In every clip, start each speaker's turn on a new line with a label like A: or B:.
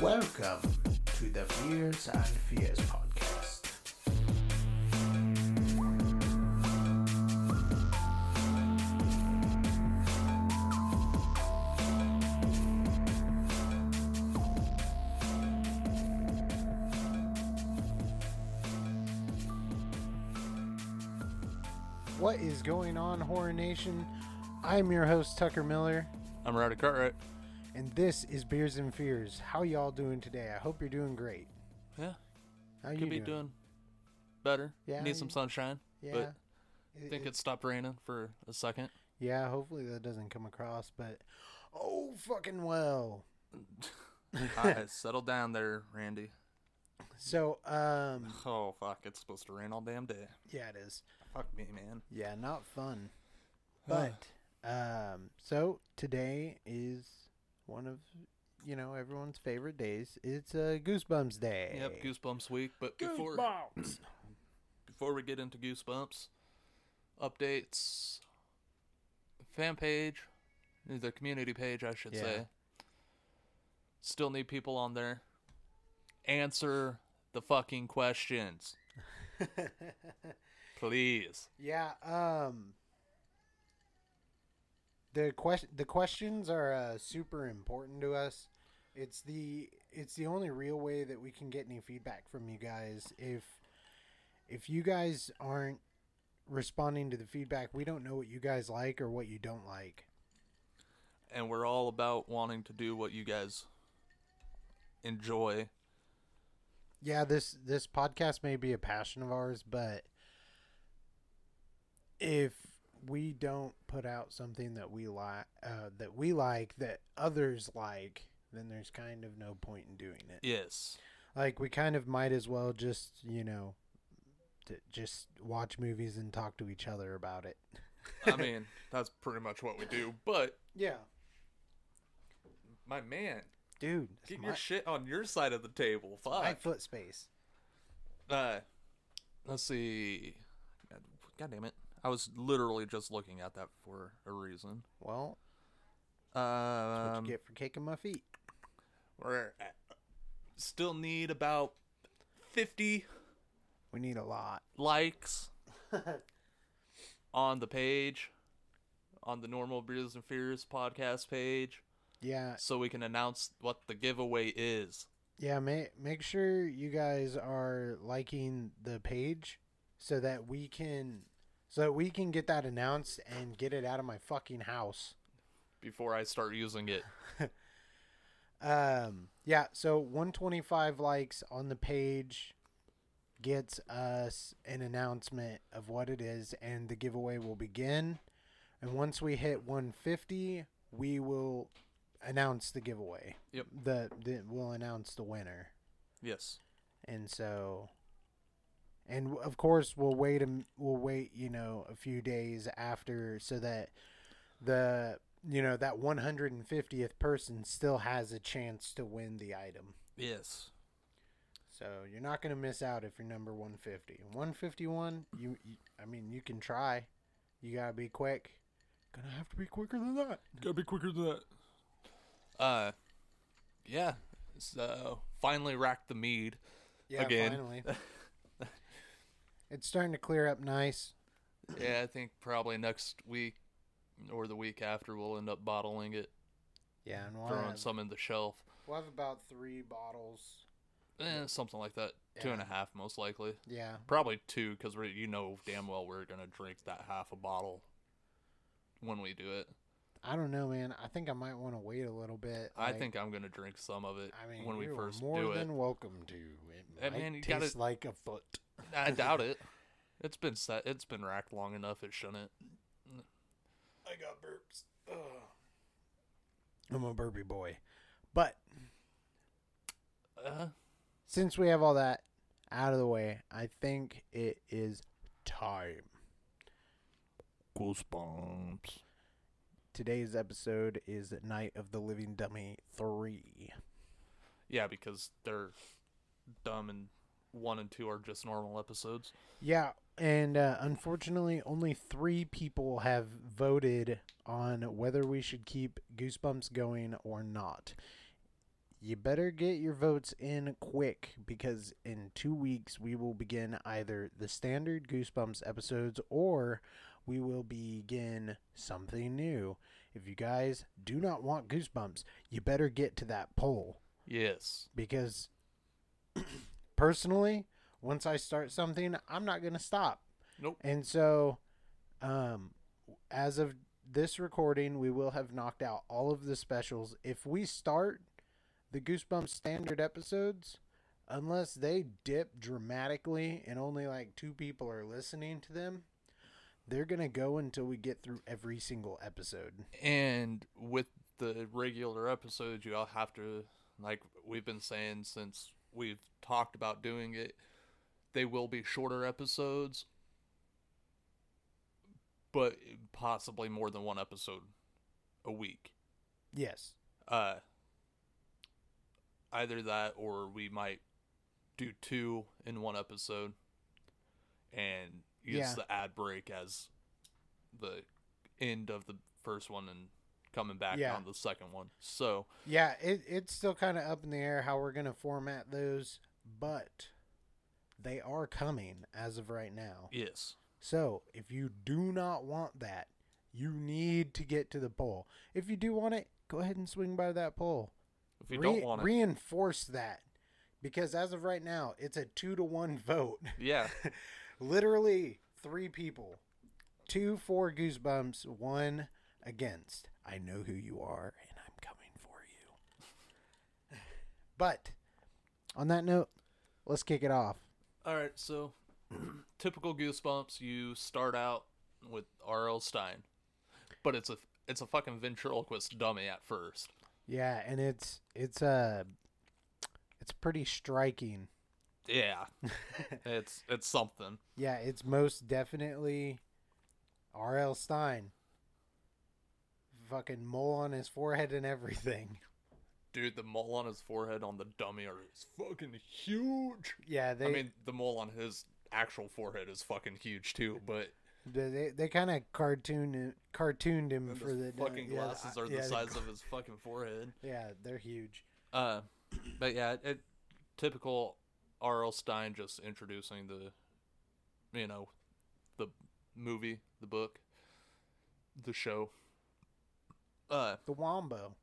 A: Welcome to the Fears and Fears podcast. What is going on, Horror Nation? I'm your host, Tucker Miller,
B: I'm Roddy Cartwright.
A: and this is Beers and Fears. How y'all doing today? I hope you're doing great.
B: Yeah,
A: How
B: could
A: you
B: be
A: doing?
B: doing better.
A: Yeah,
B: need some
A: you-
B: sunshine.
A: Yeah.
B: but
A: It-
B: I think
A: it-
B: it stopped raining for a second.
A: yeah, hopefully that doesn't come across, but oh fucking well.
B: I settled down there, Randy.
A: So, um
B: Oh fuck, it's supposed to rain all damn day.
A: yeah, it is.
B: Fuck me, man.
A: Yeah, not fun. But um so today is one of you know everyone's favorite days. It's uh, Goosebumps Day.
B: Yep, goosebumps week. But before before we get into goosebumps, updates, fan page, the community page, I should
A: Yeah.
B: say. Still need people on there. Answer the fucking questions, please.
A: Yeah. Um. The question the questions are uh, super important to us. It's the it's the only real way that we can get any feedback from you guys. If if you guys aren't responding to the feedback, we don't know what you guys like or what you don't like.
B: and we're all about wanting to do what you guys enjoy.
A: yeah this this podcast may be a passion of ours but if we don't put out something that we like uh, that we like that others like then there's kind of no point in doing it
B: Yes.
A: like we kind of might as well just you know t- just watch movies and talk to each other about it
B: I mean, that's pretty much what we do. But
A: yeah
B: my man,
A: dude that's
B: get
A: my,
B: your shit on your side of the table.
A: my
B: Fuck.
A: foot space
B: Uh, let's see. God, God damn it. I was literally just looking at that for a reason.
A: well what
B: Um,
A: you get for kicking my feet
B: we're at- still need about 50
A: we need a lot
B: likes on the page, on the normal Brews and Fears podcast page.
A: yeah
B: so we can announce what the giveaway is.
A: Yeah, make make sure you guys are liking the page so that we can so that we can get that announced and get it out of my fucking house.
B: Before I start using it,
A: Um yeah, so 125 likes on the page gets us an announcement of what it is and the giveaway will begin. And once we hit 150, we will announce the giveaway.
B: Yep.
A: The, the we'll announce the winner.
B: yes,
A: and so and w- of course we'll wait a, m- we'll wait you know a few days after so that the you know that 150th person still has a chance to win the item
B: yes,
A: so you're not going to miss out if you're number 150 151 you, you i mean you can try you got to be quick gonna have to be quicker than that
B: gotta be quicker than that. Uh, yeah. So finally racked the mead.
A: yeah
B: Again.
A: finally it's starting to clear up nice
B: Yeah, I think probably next week or the week after we'll end up bottling it,
A: yeah and we'll
B: throwing
A: have,
B: some in the shelf,
A: we'll have about three bottles
B: eh, something like that. Two and a half, most likely.
A: Yeah,
B: Probably two, because we you know damn well we're gonna drink that half a bottle when we do it.
A: I don't know, man. I think I might want to wait a little bit.
B: I
A: Like,
B: think I'm gonna drink some of it
A: I mean,
B: when we
A: you're
B: first
A: more
B: do it.
A: than welcome to. It
B: Hey,
A: might
B: man, you gotta-
A: taste like a foot.
B: I doubt it. It's been set. It's been racked long enough. It shouldn't.
A: I got burps. I'm a burpy boy, but
B: Uh,
A: since we have all that out of the way, I think it is time.
B: Goosebumps.
A: Today's episode is Night of the Living Dummy three.
B: Yeah, because they're dumb and one and two are just normal episodes.
A: Yeah, and uh, unfortunately, only three people have voted on whether we should keep Goosebumps going or not. You better get your votes in quick because in two weeks we will begin either the standard Goosebumps episodes or we will begin something new. If you guys do not want Goosebumps, you better get to that poll
B: Yes.
A: because personally, once I start something, I'm not going to stop.
B: Nope.
A: And so, um, as of this recording, we will have knocked out all of the specials. If we start the Goosebumps standard episodes, unless they dip dramatically and only like two people are listening to them, they're going to go until we get through every single episode.
B: And with the regular episodes, you all have to, like we've been saying since we've talked about doing it, they will be shorter episodes, but possibly more than one episode a week.
A: Yes.
B: Uh, either that or we might do two in one episode and use
A: Yeah.
B: the ad break as the end of the first one and coming back
A: Yeah.
B: on the second one. So,
A: Yeah, it, it's still kind of up in the air how we're going to format those, but they are coming as of right now.
B: yes.
A: So if you do not want that, you need to get to the poll. If you do want it, go ahead and swing by that poll.
B: If you
A: Re-
B: don't want it,
A: Reinforce that because as of right now, it's a two to one vote.
B: yeah,
A: Literally three people two for Goosebumps, one against. I know who you are and I'm coming for you. but on that note, let's kick it off.
B: All right, so typical Goosebumps. You start out with R.L. Stein, but it's a it's a fucking ventriloquist dummy at first.
A: Yeah, and it's it's uh it's pretty striking.
B: Yeah, it's it's something.
A: Yeah, it's most definitely R.L. Stein. Fucking mole on his forehead and everything.
B: Dude, the mole on his forehead on the dummy are is fucking huge.
A: Yeah, they
B: I mean, the mole on his actual forehead is fucking huge too, but
A: they, they, kind of cartoon cartooned him for the
B: fucking
A: yeah,
B: glasses are the
A: yeah,
B: size of his fucking forehead.
A: Yeah, they're huge.
B: Uh, but yeah, it, typical R.L. Stein just introducing the, you know, the movie, the book, the show. Uh,
A: The Wombo.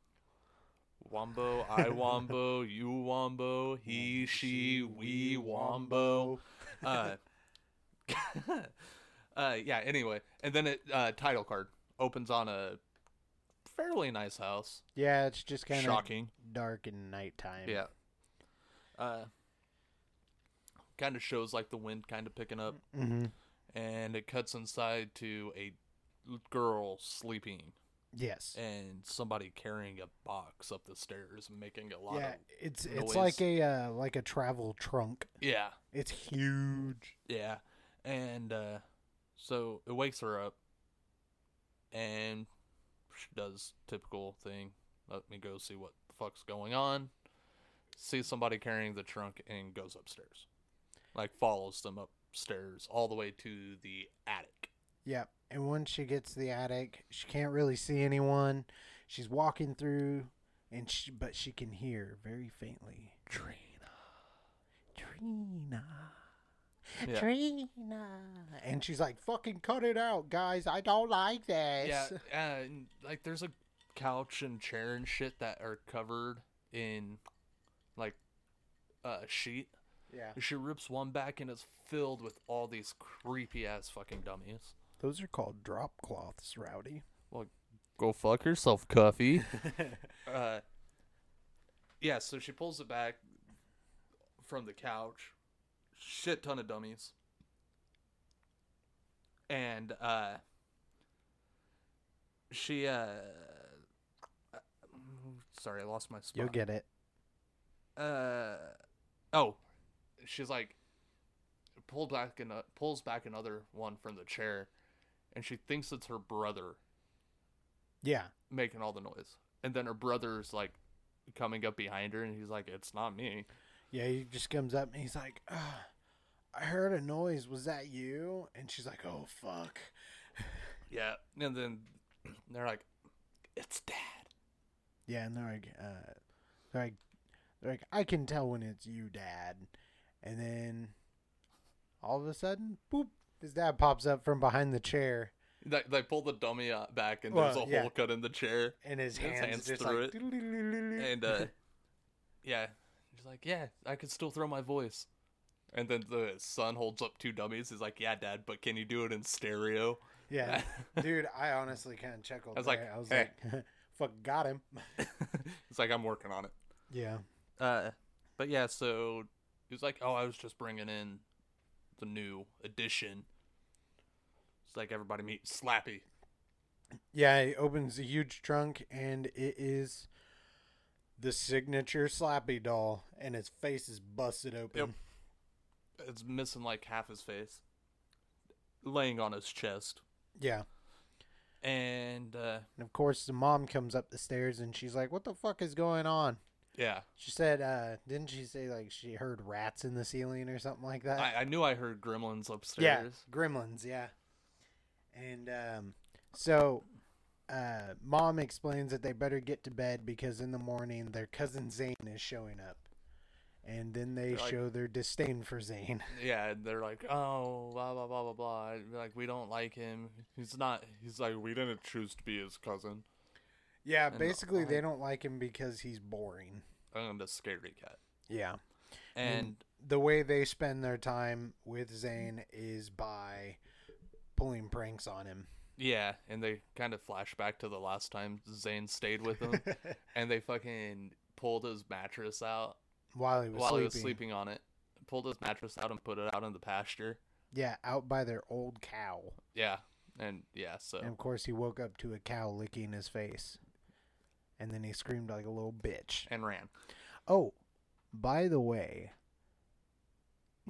B: Wombo, I Wombo, you Wombo, he, she, we Wombo. Uh, uh, yeah, anyway. And then it, uh, title card opens on a fairly nice house.
A: Yeah, it's just kind of
B: Shocking.
A: dark and nighttime.
B: Yeah. Uh, kind of shows like the wind kind of picking up,
A: hmm
B: and it cuts inside to a girl sleeping
A: Yes.
B: and somebody carrying a box up the stairs, making a lot
A: Yeah,
B: of
A: it's
B: noise.
A: it's like a uh, like a travel trunk.
B: yeah,
A: It's huge.
B: yeah, and uh, so it wakes her up, and she does typical thing. Let me go see what the fuck's going on. Sees somebody carrying the trunk and goes upstairs. Like follows them upstairs all the way to the attic.
A: Yep. And once she gets to the attic, she can't really see anyone. She's walking through, and she, but she can hear very faintly.
B: Trina.
A: Trina,
B: Yeah.
A: Trina, and she's like, "Fucking cut it out, guys! I don't like this."
B: Yeah, uh, and, like there's a couch and chair and shit that are covered in like uh, sheet.
A: yeah.
B: She rips one back and it's filled with all these creepy ass fucking dummies.
A: Those are called drop cloths, Rowdy.
B: Go fuck yourself, Cuffy. uh, yeah, so she pulls it back from the couch. Shit ton of dummies. And uh, she. Uh, sorry, I lost my spot.
A: You'll get it.
B: uh oh she's like pulled back and pulls back another one from the chair and she thinks it's her brother
A: Yeah.
B: making all the noise and then her brother's like coming up behind her and he's like it's not me
A: Yeah. He just comes up and he's like, "Ah, "I heard a noise. Was that you?" And she's like, "Oh fuck."
B: yeah and then they're like it's dad
A: Yeah, and they're like, uh, they're like, They're like, I can tell when it's you, Dad. And then all of a sudden, boop, his dad pops up from behind the chair
B: They, they pull the dummy out back, and there's
A: Well,
B: a
A: yeah.
B: hole cut in the chair.
A: and his,
B: His
A: hands,
B: hands
A: just
B: through
A: like
B: it.
A: "Doo-doo-doo-doo-doo."
B: And uh, yeah, she's like, yeah, I can still throw my voice. And then the son holds up two dummies. He's like, yeah, Dad, but can you do it in stereo?
A: yeah, dude, I honestly kind of chuckled.
B: I was like, "Eh."
A: there. I was
B: "Hey."
A: like, fuck, got him.
B: it's like I'm working on it.
A: Yeah,
B: Uh, but yeah, so he was like, "Oh, I was just bringing in the new edition." It's like everybody meet Slappy.
A: yeah. He opens a huge trunk, and it is the signature Slappy doll, and his face is busted open.
B: It's missing like half his face, laying on his chest,
A: Yeah,
B: and uh,
A: and of course the mom comes up the stairs, and she's like, "What the fuck is going on?"
B: yeah,
A: She said, uh, "Didn't she say like she heard rats in the ceiling or something like that?"
B: I, I knew I heard gremlins
A: Uh, Yeah,
B: upstairs.
A: Gremlins. Yeah, and um, so uh, mom explains that they better get to bed because in the morning their cousin Zane is showing up, and then they
B: They're like-
A: show their disdain for Zane.
B: Yeah, and they're like, "Oh, blah blah blah blah blah." Like we don't like him. He's not. He's like, we didn't choose to be his cousin.
A: Yeah,
B: And,
A: basically
B: uh,
A: they don't like him because he's boring.
B: I'm the scary cat.
A: Yeah,
B: And
A: the way they spend their time with Zane is by pulling pranks on him.
B: Yeah, and they kind of flash back to the last time Zane stayed with them, and they fucking pulled his mattress out
A: While he was
B: while
A: sleeping.
B: he was sleeping on it. Pulled his mattress out and put it out in the pasture.
A: Yeah, out by their old cow.
B: Yeah, and yeah, so
A: And of course, he woke up to a cow licking his face. And then he screamed like a little bitch.
B: and ran.
A: Oh, by the way,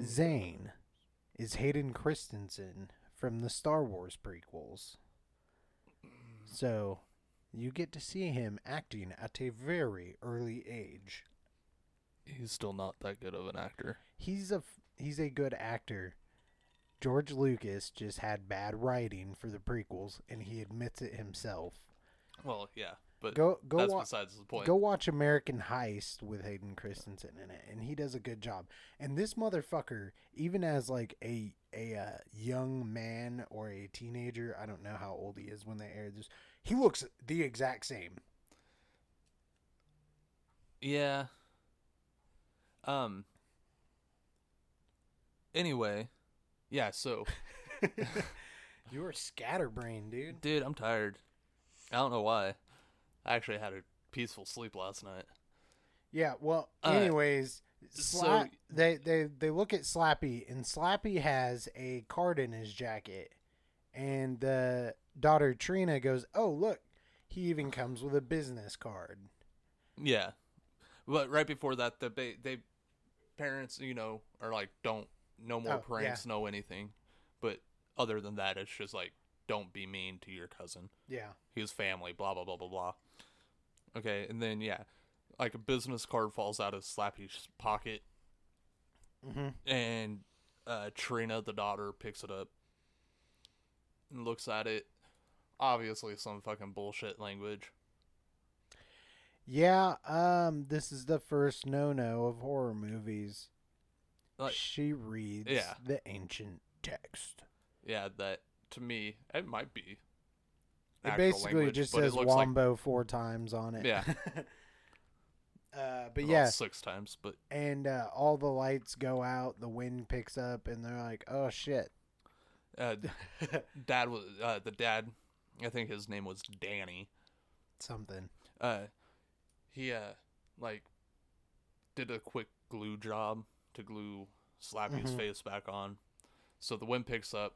A: Zane is Hayden Christensen from the Star Wars prequels. So you get to see him acting at a very early age.
B: He's still not that good of an actor.
A: He's a f- he's a good actor. George Lucas just had bad writing for the prequels and he admits it himself.
B: Well, yeah, but
A: Go go
B: that's
A: wa-
B: besides the point.
A: Go watch American Heist with Hayden Christensen in it, and he does a good job. And this motherfucker, even as like a a uh, young man or a teenager, I don't know how old he is when they aired this, he looks the exact same.
B: Yeah. Um. Anyway, yeah. So,
A: you are scatterbrained, dude.
B: dude, I'm tired. I don't know why. I actually had a peaceful sleep last night.
A: Yeah. Well,
B: Uh,
A: anyways,
B: so-
A: Sla- they they they look at Slappy, and Slappy has a card in his jacket, and the daughter Trina goes, "Oh look." He even comes with a business card.
B: Yeah, but right before that, the they, they parents, you know, are like, don't no more
A: Oh,
B: pranks, no anything. But other than that, it's just like, don't be mean to your cousin.
A: Yeah.
B: He's family. Blah blah blah blah blah. Okay, and then yeah, like a business card falls out of Slappy's pocket,
A: Mm-hmm.
B: and uh, Trina, the daughter, picks it up and looks at it. Obviously, some fucking bullshit language.
A: Yeah, um, this is the first no-no of horror movies.
B: Like-
A: she reads
B: Yeah.
A: the ancient text.
B: Yeah, that to me, it might be.
A: It
B: actual
A: basically
B: language,
A: just
B: but it
A: says
B: looks like- Mm-hmm.
A: "wombo" four times on it.
B: Yeah.
A: uh, but
B: well,
A: yeah,
B: six times, but
A: and uh, all the lights go out, the wind picks up, and they're like, "Oh shit!"
B: uh, dad was uh, the dad. I think his name was Danny.
A: Something.
B: Uh, he uh, like did a quick glue job to glue Slappy's
A: Mhm.
B: face back on. So the wind picks up,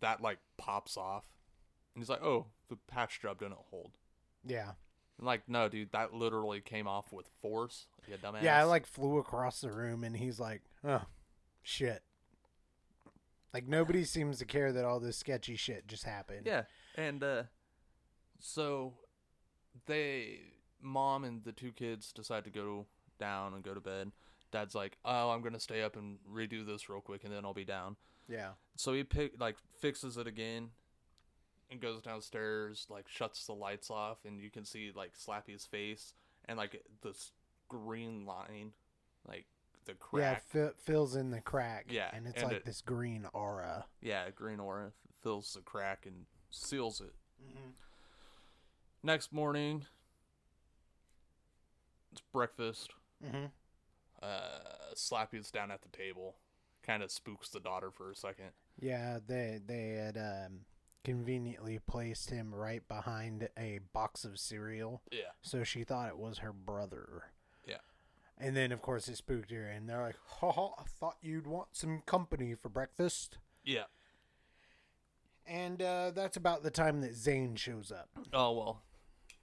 B: that like pops off, and he's like, "Oh, the patch job didn't hold."
A: Yeah,
B: I'm like, no, dude, that literally came off with force. You dumbass.
A: yeah. I like flew across the room, and he's like, "Oh shit!" Like nobody seems to care that all this sketchy shit just happened.
B: Yeah, and uh, so they, mom and the two kids decide to go down and go to bed. Dad's like, "Oh, I'm gonna stay up and redo this real quick, and then I'll be down."
A: yeah.
B: So he pick like fixes it again, and goes downstairs, like shuts the lights off, and you can see like Slappy's face and like the s- green line, like the
A: Yeah, it
B: crack.
A: fi- fills in the crack.
B: Yeah,
A: and it's
B: and
A: like
B: it-
A: this green aura.
B: Yeah, green aura fills the crack and seals it. Mm-hmm. Next morning, it's breakfast.
A: Mm-hmm.
B: Uh, Slappy's down at the table, kind of spooks the daughter for a second.
A: Yeah, they they had um, conveniently placed him right behind a box of cereal,
B: Yeah,
A: so she thought it was her brother.
B: Yeah.
A: And then, of course, it spooked her, and they're like, "Ha ha! I thought you'd want some company for breakfast."
B: yeah.
A: And uh, that's about the time that Zane shows up.
B: Oh well,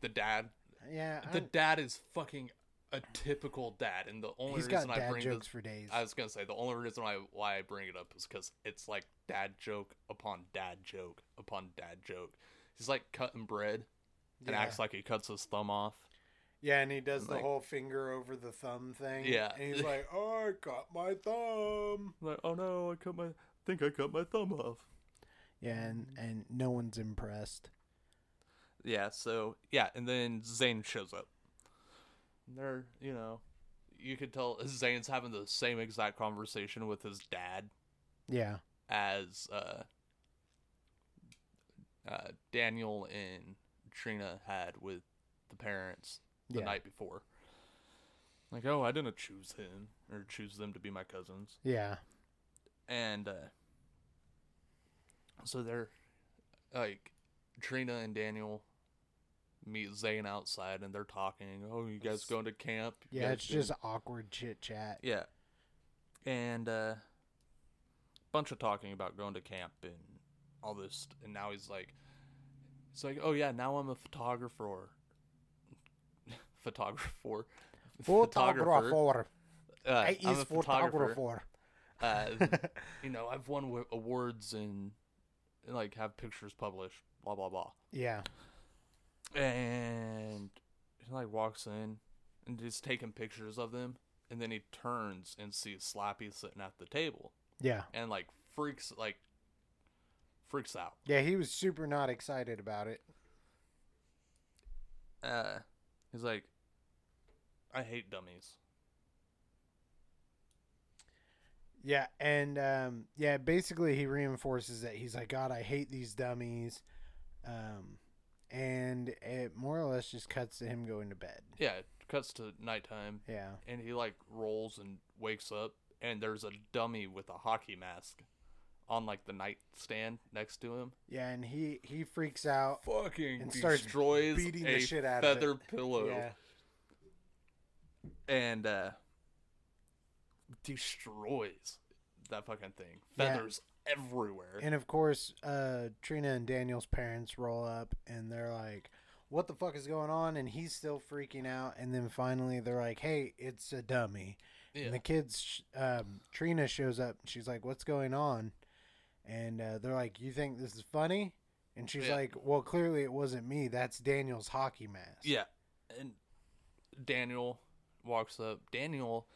B: the dad.
A: Yeah,
B: The
A: I'm-
B: dad is fucking a typical dad, and the only
A: he's got
B: reason I
A: dad
B: bring
A: jokes
B: this,
A: for days.
B: I was gonna say the only reason why why I bring it up is because it's like dad joke upon dad joke upon dad joke. He's like cutting bread and
A: yeah.
B: acts like he cuts his thumb off.
A: yeah, and he does
B: I'm
A: the
B: like-
A: whole finger over the thumb thing.
B: Yeah.
A: and he's like, "Oh, I got my thumb."
B: Like, oh no, I cut my think I cut my thumb off.
A: Yeah, and, and no one's impressed.
B: Yeah, so yeah, and then Zane shows up. And They're you know, you could tell Zane's having the same exact conversation with his dad
A: Yeah.
B: as uh, uh, Daniel and Trina had with the parents the
A: Yeah.
B: night before. Like, oh, I didn't choose him or choose them to be my cousins,
A: Yeah.
B: and uh, so they're like Trina and Daniel meet Zane outside, and they're talking. Oh, you guys
A: It's-
B: going to camp? You
A: Yeah,
B: guys
A: it's
B: doing
A: just awkward chit chat.
B: yeah. And uh bunch of talking about going to camp and all this and now he's like it's like, "Oh yeah, now I'm a photographer." photographer.
A: Photographer.
B: Uh,
A: I
B: I'm
A: is
B: a photographer.
A: photographer.
B: Uh, you know, I've won w- awards and, and like have pictures published, blah blah blah.
A: Yeah.
B: and he like walks in and is taking pictures of them and then he turns and sees slappy sitting at the table
A: Yeah.
B: and like freaks like freaks out
A: Yeah, he was super not excited about it.
B: uh he's like i hate dummies
A: Yeah, and um, yeah, basically he reinforces that he's like, God, I hate these dummies. Um, and it more or less just cuts to him going to bed.
B: yeah it cuts to nighttime
A: Yeah.
B: and he like rolls and wakes up and there's a dummy with a hockey mask on like the nightstand next to him
A: Yeah, and he he freaks out.
B: fucking
A: And starts
B: destroys
A: beating the
B: a
A: shit out of it.
B: feather pillow
A: Yeah.
B: and uh destroys that fucking thing.
A: Yeah.
B: Feathers everywhere.
A: And of course, uh, Trina and Daniel's parents roll up and they're like, What the fuck is going on? And he's still freaking out. And then finally, they're like, Hey, it's a dummy.
B: yeah.
A: And the kids, sh- um, Trina shows up. and She's like, What's going on? And uh, they're like, You think this is funny? And she's
B: Yeah.
A: like, Well, clearly it wasn't me. That's Daniel's hockey mask.
B: yeah. And Daniel walks up. Daniel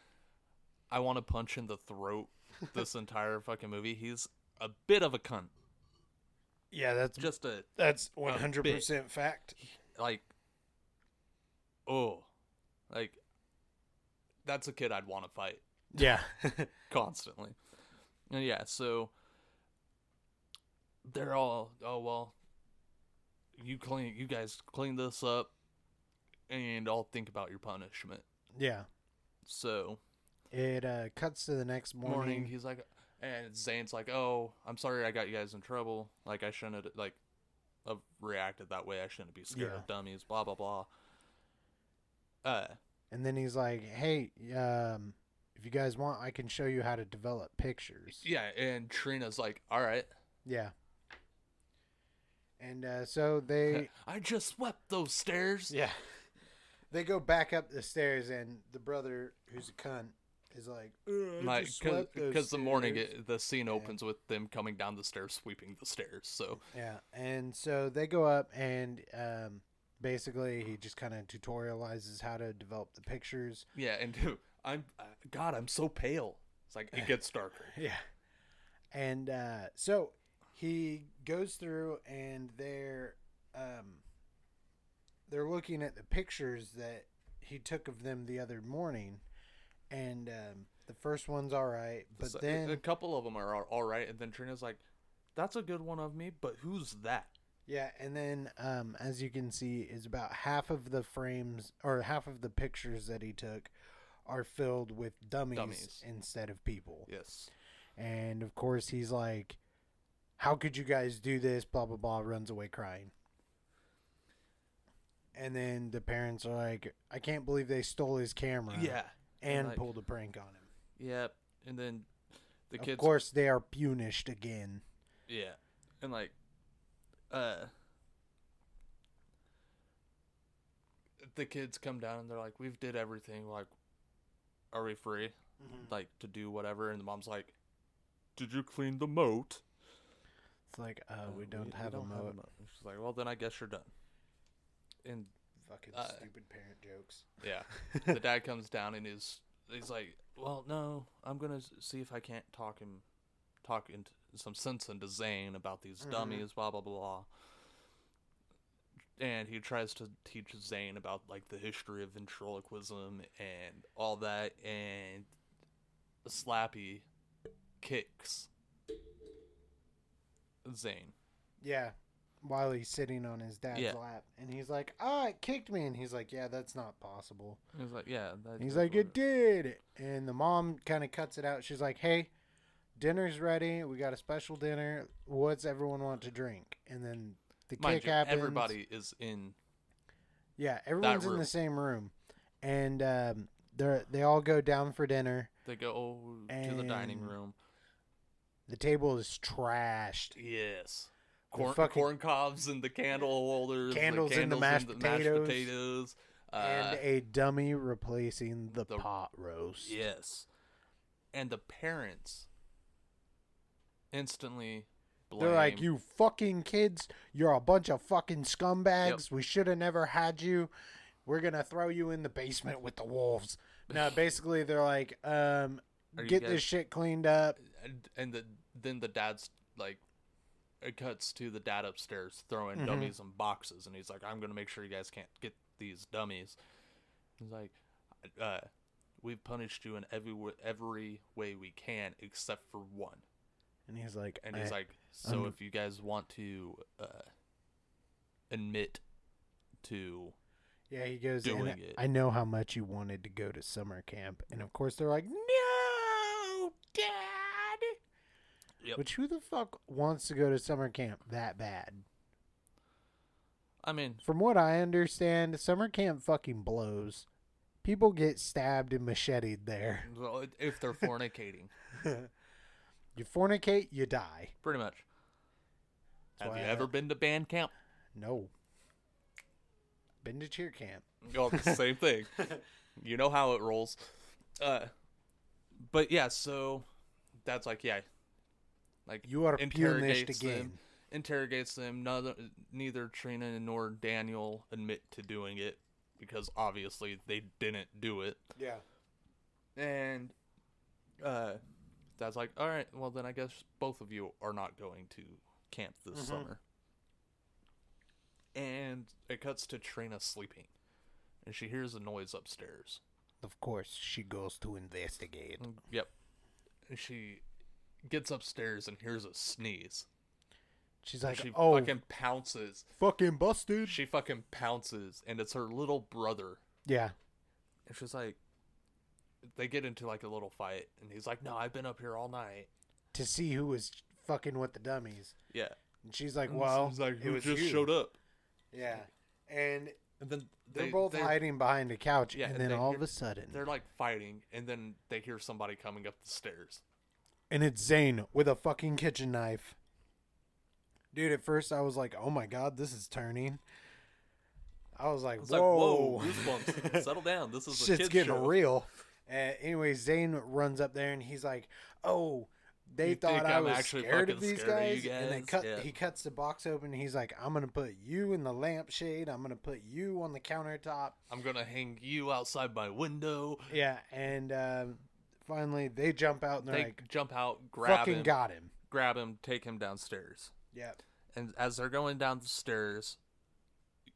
B: I want to punch in the throat this entire fucking movie. He's a bit of a cunt.
A: Yeah, that's
B: Just a
A: that's 100% fact.
B: like oh. Like that's a kid I'd want to fight.
A: Yeah.
B: constantly. And yeah, so they're all oh well you clean you guys clean this up and I'll think about your punishment.
A: yeah.
B: So
A: It uh, cuts to the next
B: morning,
A: morning.
B: he's like and Zane's like, Oh, I'm sorry I got you guys in trouble. Like I shouldn't have like have reacted that way. I shouldn't be scared
A: Yeah.
B: of dummies, blah blah blah. Uh
A: And then he's like, "Hey, um, if you guys want, I can show you how to develop pictures."
B: yeah, and Trina's like, All right.
A: Yeah. And uh, so they,
B: I just swept those stairs.
A: yeah, they go back up the stairs, and the brother, who's a cunt, is like, "Ugh, I
B: like
A: just swept those
B: because the morning
A: stairs."
B: it, the scene opens with them coming down the stairs sweeping the stairs so
A: Yeah, and so they go up, and um, basically he just kind of tutorializes how to develop the pictures.
B: yeah and dude i'm uh, god i'm so pale it's like it gets darker
A: Yeah. And uh, so he goes through and they're um, they're looking at the pictures that he took of them the other morning, and um, the first one's all right, but
B: So- a-
A: then
B: a couple of them are all- all right, and then Trina's like, "That's a good one of me, but who's that?"
A: yeah, and then um, as you can see, is about half of the frames or half of the pictures that he took are filled with dummies,
B: Dummies.
A: instead of people,
B: Yes.
A: and of course he's like, "How could you guys do this?" Blah blah blah, runs away crying. And then the parents are like, "I can't believe they stole his camera."
B: Yeah.
A: and
B: like-
A: pulled a prank on him.
B: Yeah. And then the
A: of
B: kids.
A: course, they are punished again.
B: Yeah. And like, uh, the kids come down and they're like, "We've did everything. Like, are we free? Like to do whatever?" And the mom's like, "Did you clean the moat?"
A: It's like, uh,
B: Uh,
A: we don't have a
B: don't
A: moat.
B: And She's like, "Well, then I guess you're done." And
A: Fucking
B: Uh,
A: stupid parent jokes.
B: Yeah. the dad comes down and is he's like, "Well, no, I'm gonna s- see if I can't talk him, talk into some sense into Zane about these
A: Mhm.
B: dummies, blah blah blah." And he tries to teach Zane about like the history of ventriloquism and all that, and Slappy kicks Zane.
A: Yeah, while he's sitting on his dad's
B: Yeah.
A: lap, and he's like, "Ah, it kicked me," and he's like, "Yeah, that's not possible."
B: He's like, "Yeah." That,
A: And he's
B: that's
A: like,
B: what
A: "It did," and the mom kind of cuts it out. She's like, "Hey." Dinner's ready. We got a special dinner. What's everyone want to drink? And then the
B: Mind
A: kick
B: you,
A: happens.
B: everybody is in
A: yeah, everyone's in
B: room.
A: the same room, and um, they they all go down for dinner.
B: They go to the dining
A: And-
B: room.
A: The table is trashed.
B: Yes.
A: The
B: Corn,
A: fucking-
B: corn cobs and the candle holders.
A: Candles
B: the
A: and the
B: candles
A: mashed potatoes.
B: potatoes, Uh,
A: and a dummy replacing the,
B: the-
A: pot roast.
B: yes. And the parents instantly blame.
A: They're like, you fucking kids, you're a bunch of fucking scumbags. We should have never had you. We're going to throw you in the basement with the wolves. No, basically, they're like, um,
B: Are you
A: get
B: guys-
A: this shit cleaned up.
B: And, and the, then the dad's like, it cuts to the dad upstairs throwing
A: Mm-hmm.
B: dummies in boxes. And he's like, I'm going to make sure you guys can't get these dummies. He's like, uh, we've punished you in every, wa- every way we can except for one.
A: And he's like,
B: and he's
A: "I-
B: like, "So
A: I'm-
B: if you guys want to uh, admit to
A: yeah, he goes, "And
B: doing it."
A: I know how much you wanted to go to summer camp. And of course, they're like, no, dad.
B: Yep.
A: Which who the fuck wants to go to summer camp that bad?
B: I mean,
A: From what I understand, summer camp fucking blows. People get stabbed and macheted there.
B: well, if they're fornicating,
A: You fornicate, you die.
B: pretty much.
A: That's
B: Have you
A: why I-
B: ever been to band camp?
A: No. Been to cheer camp.
B: Well, the same thing. You know how it rolls. Uh, but yeah, so that's like yeah, like
A: You are punished
B: interrogates
A: again.
B: them, interrogates them. Neither, neither Trina nor Daniel admit to doing it because obviously they didn't do it.
A: Yeah.
B: and uh dad's like all right well then i guess both of you are not going to camp this
A: Mhm.
B: summer and it cuts to trina sleeping and she hears a noise upstairs
A: Of course, she goes to investigate.
B: yep and she gets upstairs and hears a sneeze
A: She's like,
B: she
A: oh, fucking,
B: fucking pounces
A: busted.
B: she fucking pounces and it's her little brother
A: yeah.
B: and she's like they get into like a little fight and he's like no i've been up here all night
A: To see who was fucking with the dummies.
B: yeah
A: And she's like, well,
B: He's Mm, like
A: it
B: who
A: was
B: just
A: you."
B: showed up
A: Yeah. And
B: And then
A: they're
B: they-
A: both
B: they're,
A: hiding behind a couch.
B: Yeah,
A: and
B: and
A: then
B: they
A: all
B: hear-
A: of a sudden,
B: They're like fighting, and then they hear somebody coming up the stairs.
A: and it's Zane with a fucking kitchen knife. Dude, at first I was like, "Oh my god, this is turning." I was like,
B: It's
A: "Whoa,
B: like, whoa, goosebumps. Settle down. This is a
A: shit's
B: kid's
A: getting
B: show.
A: real." Uh, anyway, Zane runs up there and he's like, "Oh, they
B: You
A: thought
B: think
A: I
B: I'm
A: was
B: actually
A: scared of
B: fucking
A: these
B: scared of
A: guys."
B: you
A: And they
B: guys?
A: cut.
B: Yeah.
A: He cuts the box open. and He's like, "I'm gonna put you in the lampshade. I'm gonna put you on the countertop."
B: I'm gonna hang you outside my window.
A: Yeah, and um, finally they jump out and they're
B: They
A: like,
B: jump out, grab
A: "Fucking
B: him,
A: got him."
B: grab him, take him downstairs.
A: Yeah.
B: And as they're going down the stairs,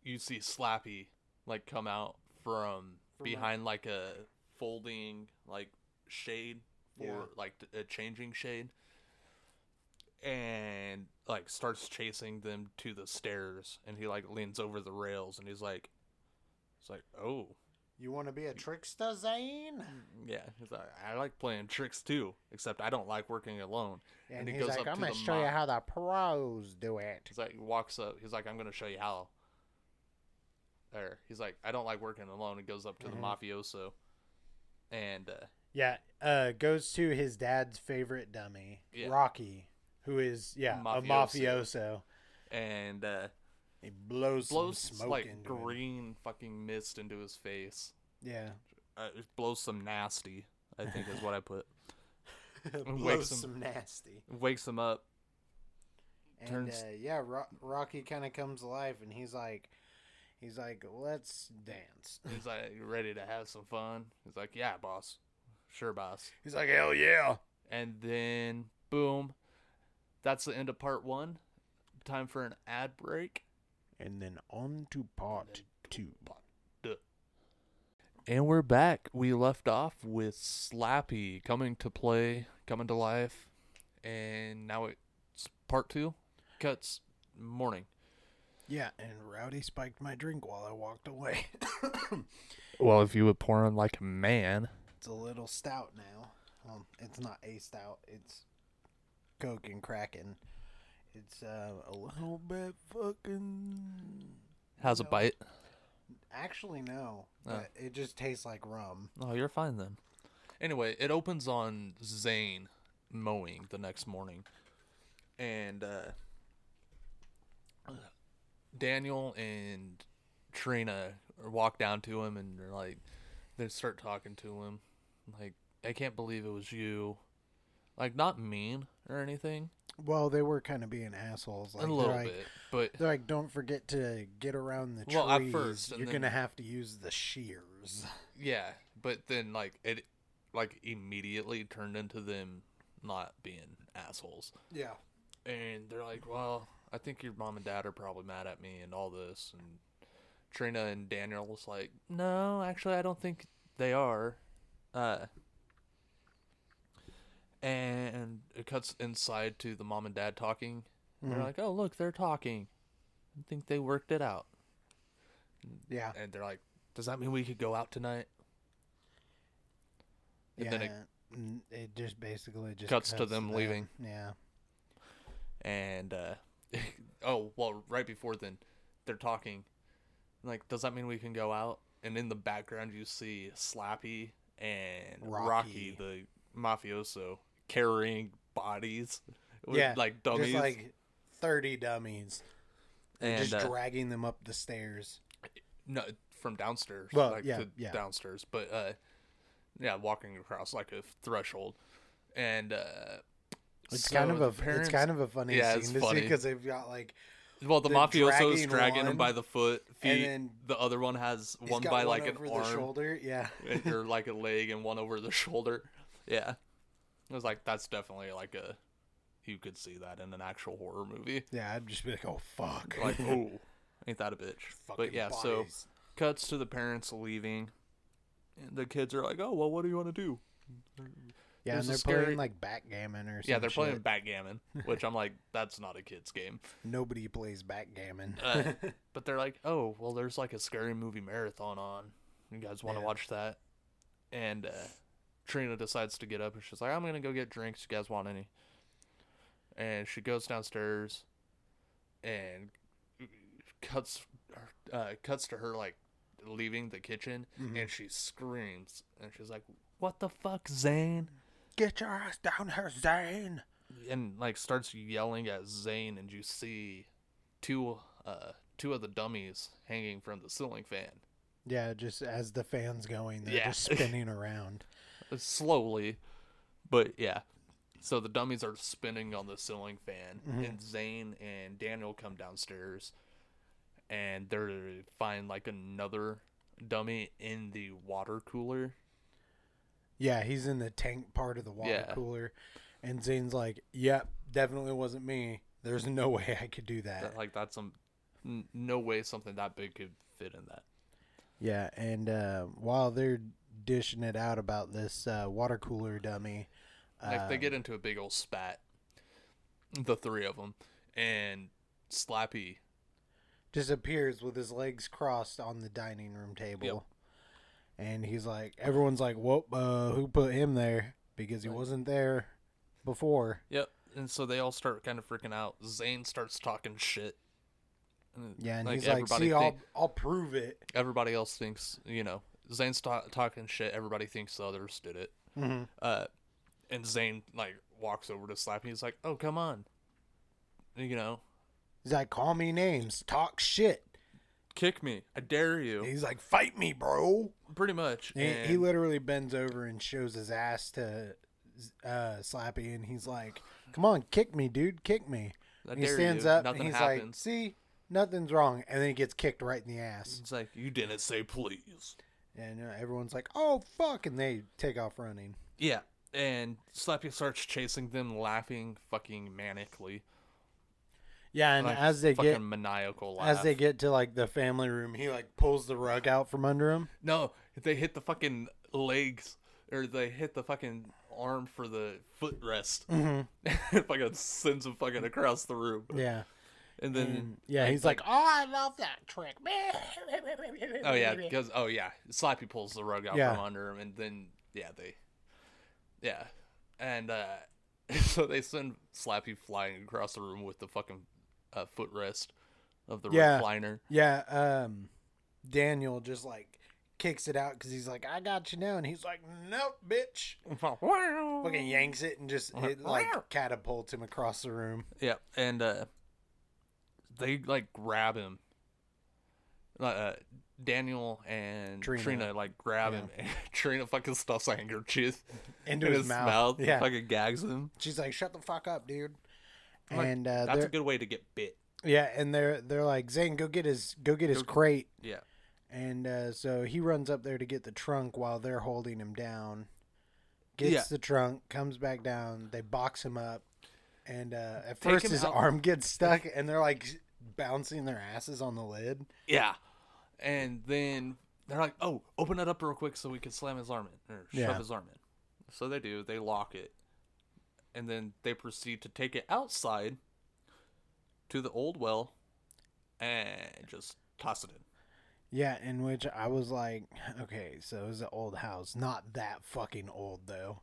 B: you see Slappy like come out from
A: from
B: behind like a folding like shade for
A: Yeah.
B: like t- a changing shade and like starts chasing them to the stairs and he like leans over the rails and he's like it's like oh
A: You want to be a trickster, Zane?
B: yeah he's like i like playing tricks too except i don't like working alone
A: And,
B: he
A: he's
B: goes
A: like,
B: up
A: I'm
B: to
A: gonna
B: the
A: show you
B: mop."
A: how the pros do it.
B: He's like walks up. He's like, I'm gonna show you how. Or he's like, I don't like working alone. He goes up to
A: Mhm.
B: the mafioso, and uh,
A: Yeah, uh, goes to his dad's favorite dummy,
B: Yeah.
A: Rocky, who is yeah a
B: Mafioso.
A: mafioso.
B: and uh,
A: He blows, some
B: blows
A: smoke
B: like
A: into him.
B: green fucking mist into his face.
A: Yeah,
B: Uh, it blows some nasty. I think is what I put.
A: blows
B: him-
A: some nasty.
B: Wakes him up.
A: And
B: turns-
A: uh, yeah, Ro- Rocky kind of comes alive, and he's like, he's like, let's dance.
B: He's like ready to have some fun. He's like, yeah, boss, sure, boss.
A: He's like, hell yeah.
B: And then boom, that's the end of part one. Time for an ad break.
A: And then on to part two.
B: And we're back. We left off with Slappy coming to play, coming to life, and now it's part two. Cuts morning.
A: Yeah, and Rowdy spiked my drink while I walked away.
B: Well, if you would pour on like a man,
A: It's a little stout now. Um, it's not a stout. It's Coke and Kraken. It's uh, a little bit fucking.
B: how's a
A: No.
B: bite?
A: Actually, no. But It just tastes like rum.
B: Oh, you're fine then. Anyway, it opens on Zane mowing the next morning, and uh, Daniel and Trina walk down to him and they're like, they start talking to him, like, I can't believe it was you, like not mean or anything,
A: Well, they were kind of being assholes. Like,
B: a little
A: they're like,
B: bit, but
A: They're like, don't forget to get around the trees.
B: Well, at first, and
A: You're
B: then-
A: gonna have to use the shears.
B: yeah, but then like it, like immediately turned into them not being assholes.
A: Yeah.
B: and they're like, "Well, I think your mom and dad are probably mad at me and all this." And Trina and Daniel was like, "No, actually, I don't think they are." Uh, and it cuts inside to the mom and dad talking. And They're
A: Mhm.
B: like, "Oh, look, they're talking. I think they worked it out."
A: Yeah.
B: And they're like, "Does that mean we could go out tonight?" And
A: yeah.
B: then it-
A: mm, it just basically just
B: Cuts to them leaving.
A: Yeah.
B: and uh, oh well right before then they're talking like does that mean we can go out and in the background you see slappy and
A: Rocky.
B: rocky, the mafioso carrying bodies with
A: Yeah,
B: like dummies
A: Just like thirty dummies.
B: and
A: just
B: uh,
A: dragging them up the stairs.
B: no from downstairs
A: Well,
B: like
A: yeah,
B: to
A: yeah.
B: downstairs but uh yeah walking across like a threshold and uh
A: It's
B: so
A: kind of
B: the
A: a
B: parents-
A: it's kind of a funny
B: Yeah, it's
A: scene to see
B: funny.
A: because they've got like
B: Well, the
A: the
B: mafioso's
A: dragging
B: dragging him
A: one,
B: by the foot, feet.
A: and then
B: the other one has
A: he's
B: one
A: got
B: by like
A: over the
B: an arm
A: shoulder. Yeah,
B: and- or like a leg, and one over the shoulder. Yeah, it was like that's definitely like a you could see that in an actual horror movie.
A: yeah. I'd just be like, oh fuck,
B: Like, oh, ain't that a bitch?
A: Fucking
B: but yeah, so
A: bodies.
B: cuts to the parents leaving, and the kids are like, "Oh, well, what do you want to do?"
A: yeah, and
B: there's a
A: they're
B: scary-
A: playing like backgammon or
B: Yeah,
A: some
B: they're playing
A: shit.
B: backgammon, which I'm like, that's not a kids game.
A: Nobody plays backgammon.
B: Uh, but they're like, oh, well, there's like a scary movie marathon on. You guys want to
A: Yeah.
B: watch that? And uh, Trina decides to get up and she's like, I'm going to go get drinks. You guys want any? And she goes downstairs and cuts uh, cuts to her like leaving the kitchen
A: Mhm.
B: and she screams and she's like, What the fuck, Zane?
A: Get your ass down here, Zane.
B: and like starts yelling at Zane, and you see two uh two of the dummies hanging from the ceiling fan
A: Yeah, just as the fans going, they're
B: Yeah.
A: just spinning around.
B: slowly, but yeah. So the dummies are spinning on the ceiling fan,
A: Mm-hmm.
B: and Zane and Daniel come downstairs, and they are find like another dummy in the water cooler.
A: Yeah, he's in the tank part of the water
B: Yeah.
A: cooler, and Zane's like, "Yep, definitely wasn't me. There's no way I could do that."
B: That, like that's some n- no way something that big could fit in that.
A: Yeah, and uh, while they're dishing it out about this uh, water cooler dummy,
B: Like they
A: um,
B: get into a big old spat, the three of them, and Slappy.
A: disappears with his legs crossed on the dining room table. And he's like, everyone's like, whoop, uh, who put him there? Because he
B: Right.
A: wasn't there before.
B: Yep. And so they all start kind of freaking out. Zane starts talking shit. And,
A: Yeah, and he's like, see, I'll,
B: think-
A: I'll prove it.
B: everybody else thinks, you know, Zane's ta- talking shit. Everybody thinks the others did it.
A: Mhm.
B: Uh, and Zane like walks over to Slappy. He's like, "Oh, come on," you know,
A: He's like, call me names, talk shit.
B: kick me. I dare you.
A: He's like, fight me, bro.
B: Pretty much.
A: He,
B: and
A: he literally bends over and shows his ass to uh, Slappy, and he's like, "Come on, kick me, dude, kick me."
B: I
A: And he
B: dare
A: stands
B: you.
A: up
B: Nothing
A: and he's like,
B: happens.
A: "See, nothing's wrong," and then he gets kicked right in the ass,
B: It's like you didn't say please.
A: and uh, everyone's like, "Oh fuck!" and they take off running.
B: Yeah. And Slappy starts chasing them, laughing fucking manically.
A: Yeah, and
B: like,
A: as they
B: fucking
A: get
B: maniacal laugh.
A: as they get to like the family room, he like pulls the rug out from under him.
B: No, they hit the fucking legs or they hit the fucking arm for the footrest. it fucking sends them fucking across the room.
A: Mm-hmm. Yeah,
B: And then
A: and, yeah, he's like, "Oh, I love that trick."
B: oh yeah, because oh yeah, Slappy pulls the rug out
A: Yeah.
B: from under him and then yeah, they Yeah. And uh so they send Slappy flying across the room with the fucking uh, footrest of the
A: Yeah.
B: recliner.
A: Yeah, um, Daniel just like kicks it out because he's like, "I got you now," and he's like, "Nope, bitch!" Fucking yanks it and just it like catapults him across the room.
B: Yeah, and uh, they like grab him. Uh, Uh, Daniel and
A: Trina.
B: Trina, like grab him. And Trina fucking stuffs a handkerchief
A: Into
B: in
A: his mouth. Yeah.
B: fucking gags him.
A: She's like, "Shut the fuck up, dude."
B: Like,
A: And uh,
B: That's a
A: they're,
B: good way to get bit.
A: yeah, and they're they're like, "Zane, go get his go get his
B: Go-
A: crate."
B: Yeah,
A: And uh, so he runs up there to get the trunk while they're holding him down. Gets
B: Yeah.
A: the trunk, comes back down. They box him up, and uh, at
B: Take
A: first
B: him
A: his
B: out.
A: arm gets stuck, and they're like bouncing their asses on the lid.
B: yeah, and then they're like, "Oh, open it up real quick so we can slam his arm in or
A: Yeah.
B: shove his arm in." So they do. They lock it, and then they proceed to take it outside to the old well and just toss it in.
A: Yeah, in which I was like, okay, so it was an old house, not that fucking old though,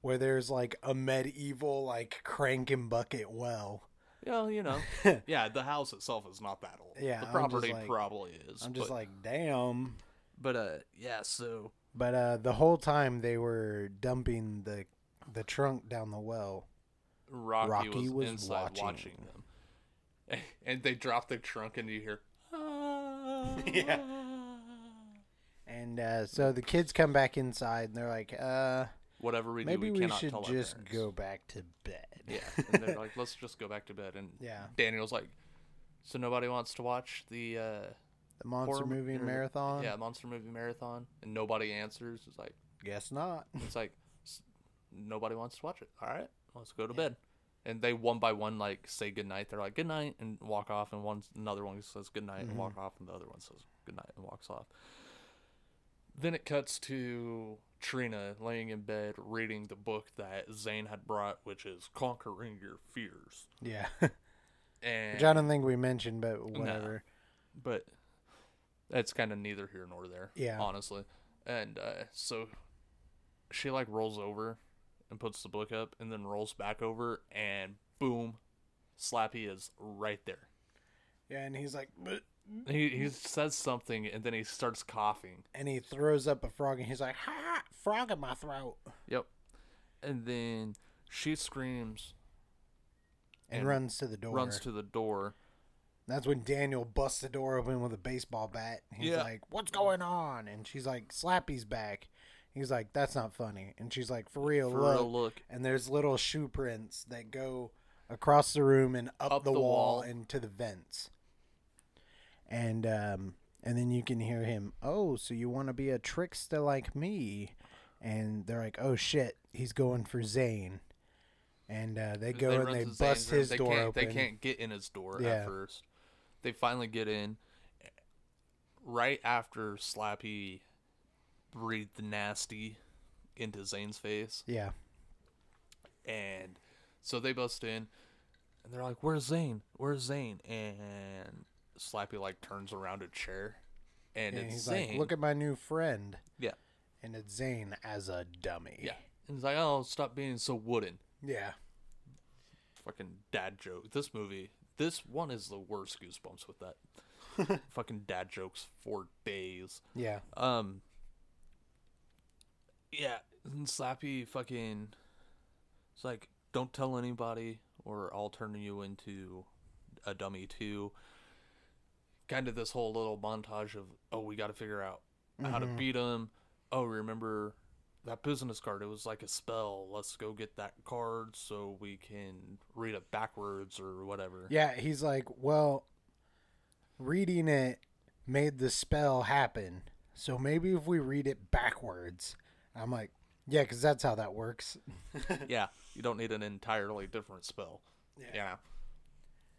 A: where there's like a medieval like crank and bucket well.
B: Well, you know, yeah, the house itself is not that old.
A: Yeah, I'm
B: the
A: just
B: property
A: like-
B: probably is.
A: I'm just
B: but,
A: like, damn.
B: but uh, yeah. So
A: But uh, the whole time they were dumping the the trunk down the well.
B: Rocky,
A: Rocky
B: was,
A: was
B: inside
A: watching.
B: watching. them, and they drop the trunk, and you hear, "Ah."
A: Yeah. And uh, so the kids come back inside and they're like, uh,
B: whatever we
A: maybe
B: do,
A: we,
B: we, cannot
A: should
B: tell
A: just
B: our parents.
A: go back to bed.
B: Yeah, and they're like, let's just go back to bed. And
A: Yeah.
B: Daniel's like, so nobody wants to watch the uh,
A: The monster
B: horror
A: movie
B: or the-
A: marathon?
B: Yeah, monster movie marathon, and nobody answers. It's like.
A: Guess not.
B: It's like s- nobody wants to watch it. All right, let's go to bed. And they one by one like say goodnight. They're like goodnight and walk off, and one another one says goodnight and
A: Mm-hmm.
B: walk off, and the other one says goodnight and walks off. Then it cuts to Trina laying in bed reading the book that Zane had brought, which is Conquering Your Fears.
A: Yeah.
B: And
A: Which I don't think we mentioned, but whatever.
B: but that's kind of neither here nor there.
A: Yeah.
B: honestly. And uh, so she like rolls over and puts the book up, and then rolls back over, and boom, Slappy is right there.
A: Yeah, and he's like, "Bleh,"
B: He he says something, and then he starts coughing.
A: and he throws up a frog, and he's like, "Ha, ha, frog in my throat,"
B: Yep. And then she screams,
A: and,
B: And
A: runs to the door.
B: runs to the door.
A: That's when Daniel busts the door open with a baseball bat. He's
B: Yeah.
A: like, "What's going on?" And she's like, "Slappy's back." He's like, "That's not funny." And she's like, "For real,
B: For
A: look."
B: a look,
A: And there's little shoe prints that go across the room and up, the, wall, and to the vents. And um, and then you can hear him. Oh, so you want to be a trickster like me? And they're like, "Oh shit, he's going for Zane." And uh, they go
B: they
A: and
B: run
A: they
B: to Zane's
A: bust
B: room.
A: his
B: they
A: door
B: can't,
A: open.
B: They can't get in his door
A: Yeah.
B: at first. They finally get in. right after Slappy breathed the nasty into Zane's face,
A: Yeah.
B: and so they bust in, and they're like, "Where's Zane? Where's Zane?" And Slappy like turns around a chair, and,
A: And,
B: it's
A: he's
B: Zane.
A: like, look at my new friend.
B: yeah,
A: And it's Zane as a dummy.
B: yeah. And he's like, "Oh, stop being so wooden."
A: Yeah.
B: Fucking dad joke. This movie, this one is the worst goosebumps with that. Fucking dad jokes for days.
A: Yeah.
B: Um. Yeah, and Slappy fucking. It's like, don't tell anybody, or I'll turn you into a dummy too. Kind of this whole little montage of, oh, we got to figure out how to beat him. Oh, remember that business card? It was like a spell. Let's go get that card so we can read it backwards or whatever.
A: Yeah. He's like, well, reading it made the spell happen. So maybe if we read it backwards, I'm like, yeah, because that's how that works.
B: yeah, you don't need an entirely different spell. Yeah.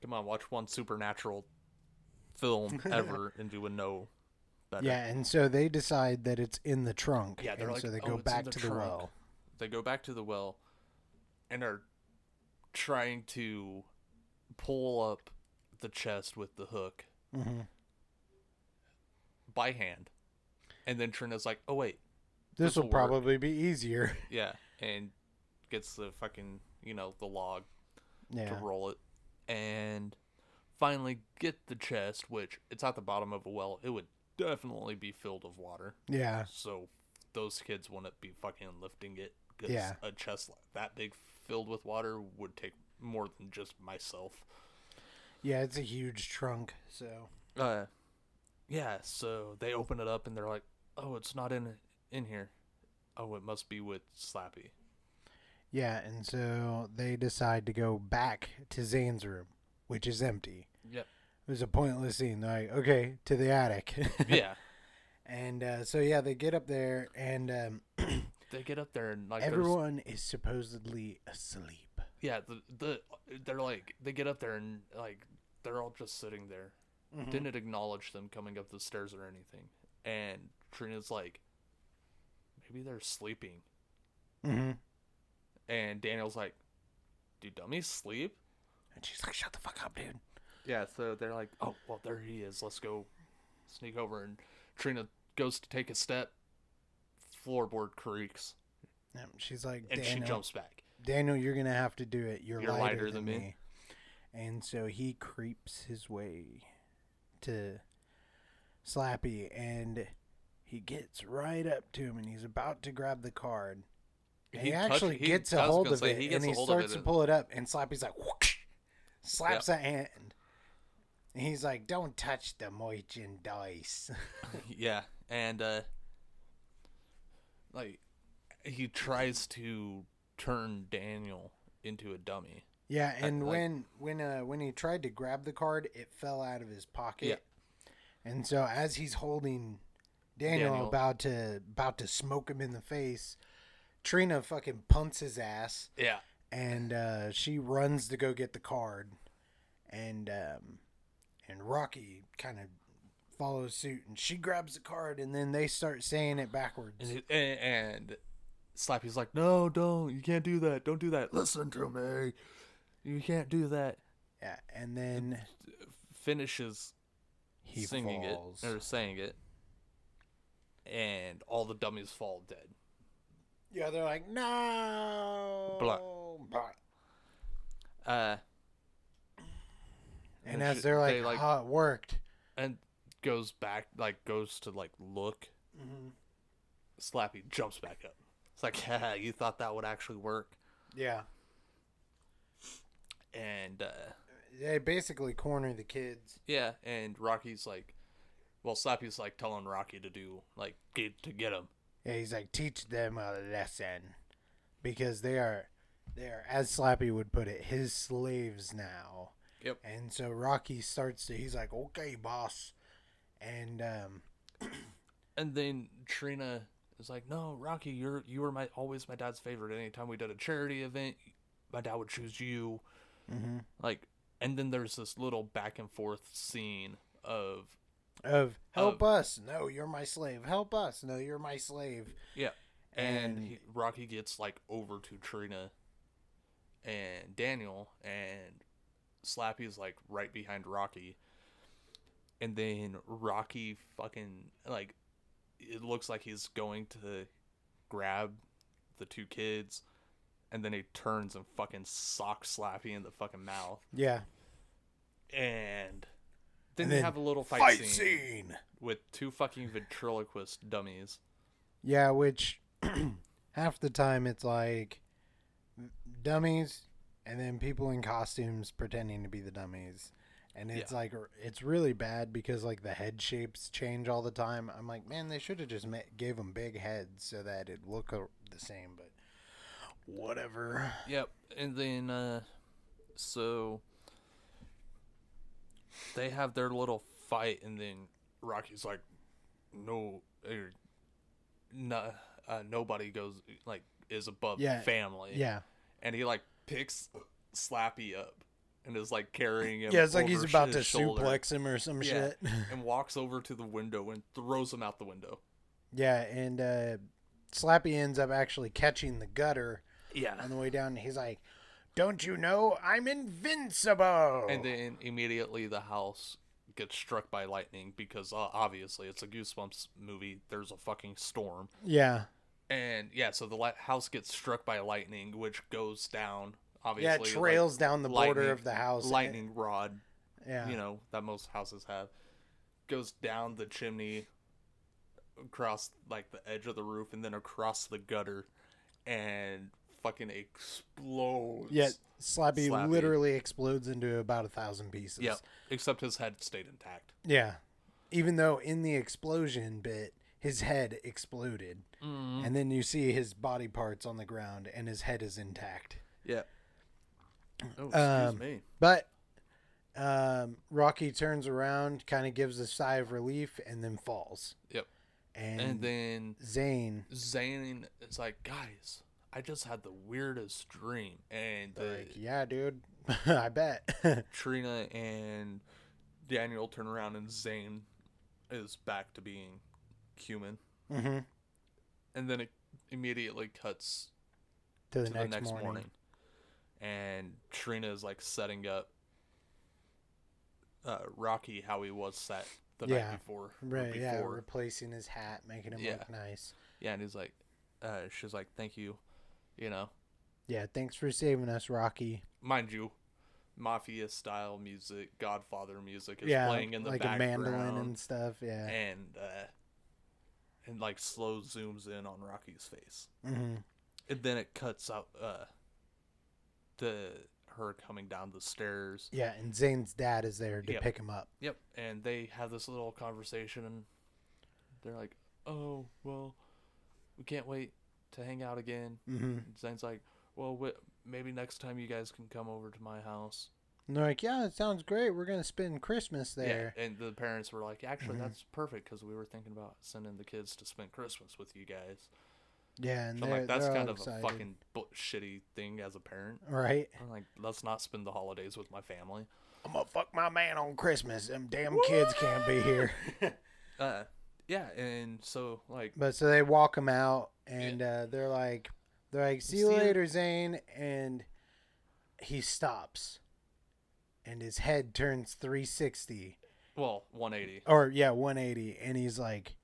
B: Come on, watch one supernatural film ever and you would know better.
A: Yeah, and so they decide that it's in the trunk.
B: Yeah, they're
A: and
B: like,
A: so they
B: "Oh,
A: go
B: it's in
A: back
B: the
A: to the
B: trunk."
A: well.
B: They go back to the well and are trying to pull up the chest with the hook
A: hmm
B: by hand. And then Trina's like, oh, wait.
A: This will
B: work."
A: probably be easier.
B: Yeah. And gets the fucking, you know, the log
A: Yeah,
B: to roll it. And finally get the chest, which it's at the bottom of a well. It would definitely be filled with water.
A: yeah,
B: so those kids wouldn't be fucking lifting it because
A: Yeah.
B: a chest like that big filled with water would take more than just myself
A: yeah. It's a huge trunk. So
B: uh yeah so they open it up and they're like oh it's not in in here oh it must be with slappy
A: yeah, and so they decide to go back to Zane's room, which is empty.
B: yep
A: It was a pointless scene. They're like, okay, to the attic.
B: yeah
A: and uh, so yeah, they get up there, and um,
B: they get up there and like there's
A: everyone is supposedly asleep.
B: yeah the, the they're like they get up there and like they're all just sitting there didn't acknowledge them coming up the stairs or anything and trina's like maybe they're sleeping
A: Mm-hmm.
B: And Daniel's like, "Do dummies sleep?"
A: And she's like, "Shut the fuck up, dude."
B: Yeah. So they're like, "Oh, well, there he is. Let's go sneak over." And Trina goes to take a step. Floorboard creaks,
A: And she's like,
B: and she
A: "Daniel,
B: jumps back.
A: Daniel, you're gonna have to do it. You're,
B: You're
A: lighter,
B: lighter
A: than,
B: than me."
A: me. And so he creeps his way to Slappy, and he gets right up to him, and he's about to grab the card. And he,
B: touch-
A: actually
B: he-
A: gets a
B: I was
A: hold
B: gonna
A: of
B: say,
A: it,
B: he
A: and
B: gets a
A: he
B: hold of
A: starts
B: it
A: to
B: and-
A: pull it up, and Slappy's like, whoosh, slaps a hand. And he's like, "Don't touch the moichin dice."
B: yeah, and uh, like he tries to turn Daniel into a dummy.
A: Yeah, and
B: like-
A: when when uh when he tried to grab the card, it fell out of his pocket. And so as he's holding Daniel,
B: Daniel.
A: about to about to smoke him in the face, Trina fucking punts his ass
B: Yeah.
A: and uh she runs to go get the card. And um and Rocky kind of follows suit and she grabs the card and then they start saying it backwards.
B: And, it, and, and Slappy's like, no, don't. You can't do that. Don't do that. Listen to me. You can't do that.
A: yeah, and then
B: Finishes
A: he
B: singing
A: falls.
B: it or saying it. And all the dummies fall dead.
A: Yeah, they're like, "No!"
B: Blah.
A: Blah.
B: Uh,
A: And
B: And
A: as
B: shit,
A: they're like,
B: they, like-
A: "Ah, it worked.
B: and goes back, like, goes to, like, look. Mm-hmm. Slappy jumps back up. It's like, yeah, you thought that would actually work.
A: Yeah.
B: And, uh,
A: They basically corner the kids.
B: yeah, and Rocky's like, well, Slappy's like telling Rocky to do, like, get to get him.
A: Yeah, he's like, teach them a lesson. Because they are, they are, as Slappy would put it, his slaves now.
B: Yep.
A: And so Rocky starts to, he's like, okay, boss. And, um,
B: and then Trina is like, "No, Rocky, you're you were my always my dad's favorite. Anytime we did a charity event, my dad would choose you." Mm-hmm. Like, and then there's this little back and forth scene of
A: of help
B: Of-
A: us. No, you're my slave. Help us. No, you're my slave.
B: Yeah. And,
A: And-
B: he, Rocky gets like over to Trina and Daniel, and Slappy is like right behind Rocky. And then Rocky fucking like it looks like he's going to grab the two kids, and then he turns and fucking socks Slappy in the fucking mouth.
A: Yeah.
B: And then
A: And
B: they
A: then
B: have a little fight, scene,
A: scene.
B: with two fucking ventriloquist dummies.
A: Yeah, which half the time it's like dummies and then people in costumes pretending to be the dummies. And it's like it's really bad because like the head shapes change all the time. I'm like, man, they should have just ma- gave them big heads so that it look a- the same. But whatever.
B: Yep, and then uh so they have their little fight, and then Rocky's like, "No, er, no, uh, nobody goes like is above
A: Yeah,
B: family."
A: Yeah,
B: and he like picks Slappy up and is like carrying him.
A: yeah. It's like
B: over
A: he's about
B: his
A: to
B: shoulder
A: suplex him or some
B: Yeah.
A: shit.
B: and walks over to the window and throws him out the window.
A: yeah, and uh, Slappy ends up actually catching the gutter
B: Yeah,
A: on the way down and he's like don't you know i'm invincible
B: and then immediately the house gets struck by lightning because uh, obviously it's a goosebumps movie there's a fucking storm
A: yeah
B: and yeah so the li- house gets struck by lightning which goes down obviously
A: yeah it
B: like,
A: trails down the border
B: lightning-
A: of the house
B: lightning rod
A: yeah
B: you know that most houses have goes down the chimney across like the edge of the roof and then across the gutter and fucking explodes
A: yeah slappy,
B: Slappy.
A: literally explodes into about a thousand pieces
B: Yep, except his head stayed intact
A: yeah even though in the explosion bit his head exploded
B: Mm-hmm.
A: and then you see his body parts on the ground and his head is intact
B: Yeah. Oh, excuse
A: Um,
B: me.
A: but um, rocky turns around kind of gives a sigh of relief and then falls
B: Yep.
A: and,
B: And then
A: zane
B: Zane is like, guys, I just had the weirdest dream. And the,
A: Like, yeah, dude. I bet.
B: Trina and Daniel turn around, and Zane is back to being human.
A: hmm
B: And then it immediately cuts
A: To the
B: to
A: next,
B: the next
A: morning.
B: morning. And Trina is like setting up uh, Rocky how he was set the
A: Yeah.
B: night before. or
A: Right, yeah,
B: before.
A: replacing his hat, making him
B: Yeah.
A: look nice.
B: Yeah, and he's like, uh, she's like, thank you, you know,
A: Yeah, thanks for saving us, Rocky.
B: mind you, mafia style music, Godfather music is
A: yeah,
B: playing in the
A: like
B: background,
A: a mandolin and stuff. Yeah.
B: and uh, and like slow zooms in on Rocky's face,
A: hmm
B: and then it cuts out uh, to her coming down the stairs.
A: Yeah, and Zane's dad is there to
B: Yep.
A: pick him up.
B: Yep, and they have this little conversation, and they're like, "Oh, well, we can't wait to hang out again."
A: hmm
B: And Zane's like, "Well, wh- maybe next time you guys can come over to my house."
A: And they're like, yeah, it sounds great. We're going to spend Christmas there.
B: Yeah, and the parents were like, actually,
A: Mhm.
B: that's perfect because we were thinking about sending the kids to spend Christmas with you guys.
A: Yeah, and
B: So I'm
A: they're,
B: like, that's
A: they're all
B: kind of
A: excited.
B: a fucking bu- shitty thing as a parent.
A: Right?
B: I'm like, let's not spend the holidays with my family.
A: I'm going to fuck my man on Christmas. Them damn kids can't be here.
B: Uh, yeah, and so like,
A: But so they walk him out, and uh, they're like, they're like, see you
B: See ya."
A: later, Zane. And he stops, and his head turns 360,
B: well, 180,
A: or yeah, 180, and he's like,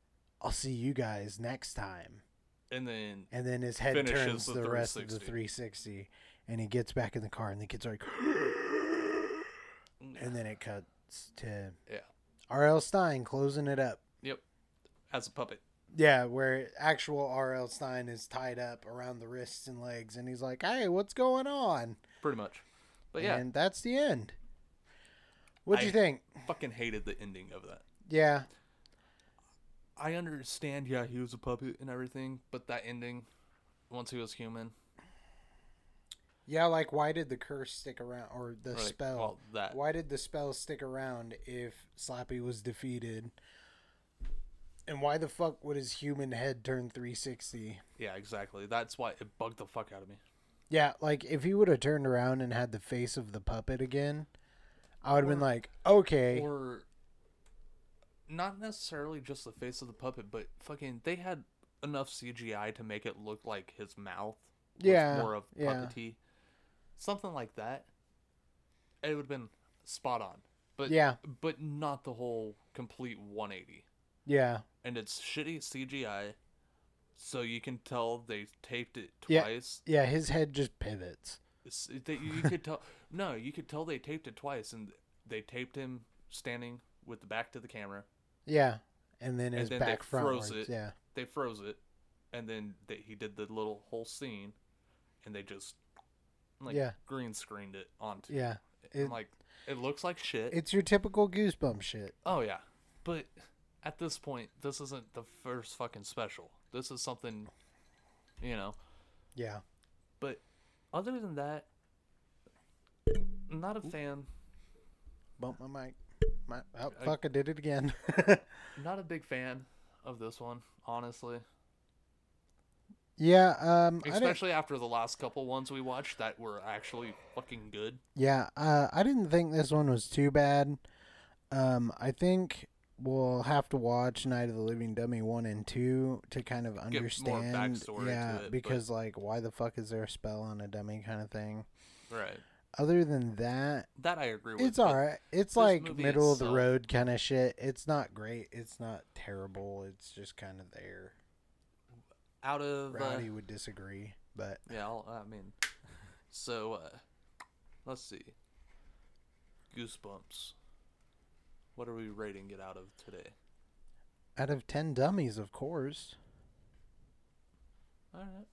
A: I'll see you guys next time.
B: and then
A: And then his head
B: Finishes
A: turns
B: the
A: the, rest of the 360, and he gets back in the car, and the kids are like, and then it cuts to
B: yeah,
A: R.L. Stein closing it up.
B: yep, as a puppet.
A: Yeah, where actual R.L. Stein is tied up around the wrists and legs, and he's like, "Hey, what's going on?"
B: Pretty much, but yeah,
A: and that's the end. What'd you
B: I-
A: think?
B: fucking hated the ending of that.
A: Yeah,
B: I understand, yeah, he was a puppet and everything, but that ending, once he was human,
A: yeah. Like, why did the curse stick around, or the
B: like,
A: spell?
B: well, that
A: why did the spell stick around if Slappy was defeated? And why the fuck would his human head turn 360?
B: Yeah, exactly. That's why it bugged the fuck out of me.
A: Yeah, like if he would have turned around and had the face of the puppet again, I would have been like, okay,
B: Or not necessarily just the face of the puppet, but fucking they had enough CGI to make it look like his mouth was
A: Yeah,
B: more of
A: yeah.
B: puppety. Something like that. It would have been spot on. But
A: Yeah.
B: but not the whole complete 180.
A: Yeah.
B: And it's shitty CGI. So you can tell they taped it
A: Yeah.
B: twice.
A: Yeah, his head just pivots.
B: It's- it- They, you could tell. No, you could tell they taped it twice, and they taped him standing with the back to the camera.
A: Yeah. And then his
B: then they
A: back
B: froze
A: frontwards.
B: it.
A: Yeah.
B: They froze it, and then they, he did the little whole scene, and they just like
A: Yeah.
B: green screened it onto.
A: Yeah.
B: I'm
A: It-
B: like, it looks like shit.
A: It's your typical goosebump shit.
B: oh yeah, but at this point, this isn't the first fucking special. This is something, you know.
A: Yeah.
B: But other than that, not a fan.
A: Bump my mic. My, oh,
B: I-
A: fuck, I did it again.
B: Not a big fan of this one, honestly.
A: yeah, um, I didn't,
B: Especially after the last couple ones we watched that were actually fucking good.
A: yeah, uh, I didn't think this one was too bad. Um, I think we'll have to watch Night of the Living Dummy one and two to kind of
B: more
A: understand.
B: backstory to
A: yeah,
B: it, but-
A: because like, why the fuck is there a spell on a dummy kind of thing?
B: Right.
A: Other than that,
B: That I agree with.
A: it's
B: but
A: all right. It's
B: this
A: like
B: movie
A: middle of the
B: itself-
A: road kind of shit. It's not great. It's not terrible. It's just kind of there.
B: Out of uh,
A: Rowdy would disagree, but
B: yeah, I'll, I mean, so uh, let's see. Goosebumps. What are we rating it out of today?
A: out of ten dummies, of course.
B: All right.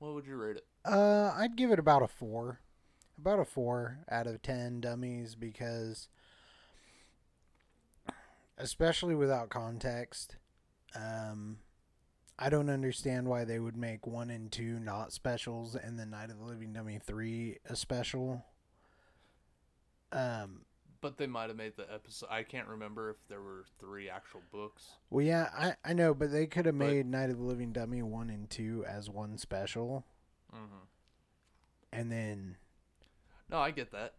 B: What would you rate it?
A: Uh, I'd give it about a four, about a four out of ten dummies because, especially without context, um, I don't understand why they would make one and two not specials and the Night of the Living Dummy three a special. Um,
B: But they might have made the episode. I can't remember if there were three actual books.
A: well, yeah, I I know, but they could have
B: But-
A: made Night of the Living Dummy one and two as one special,
B: Mm-hmm.
A: and then
B: No, I get that.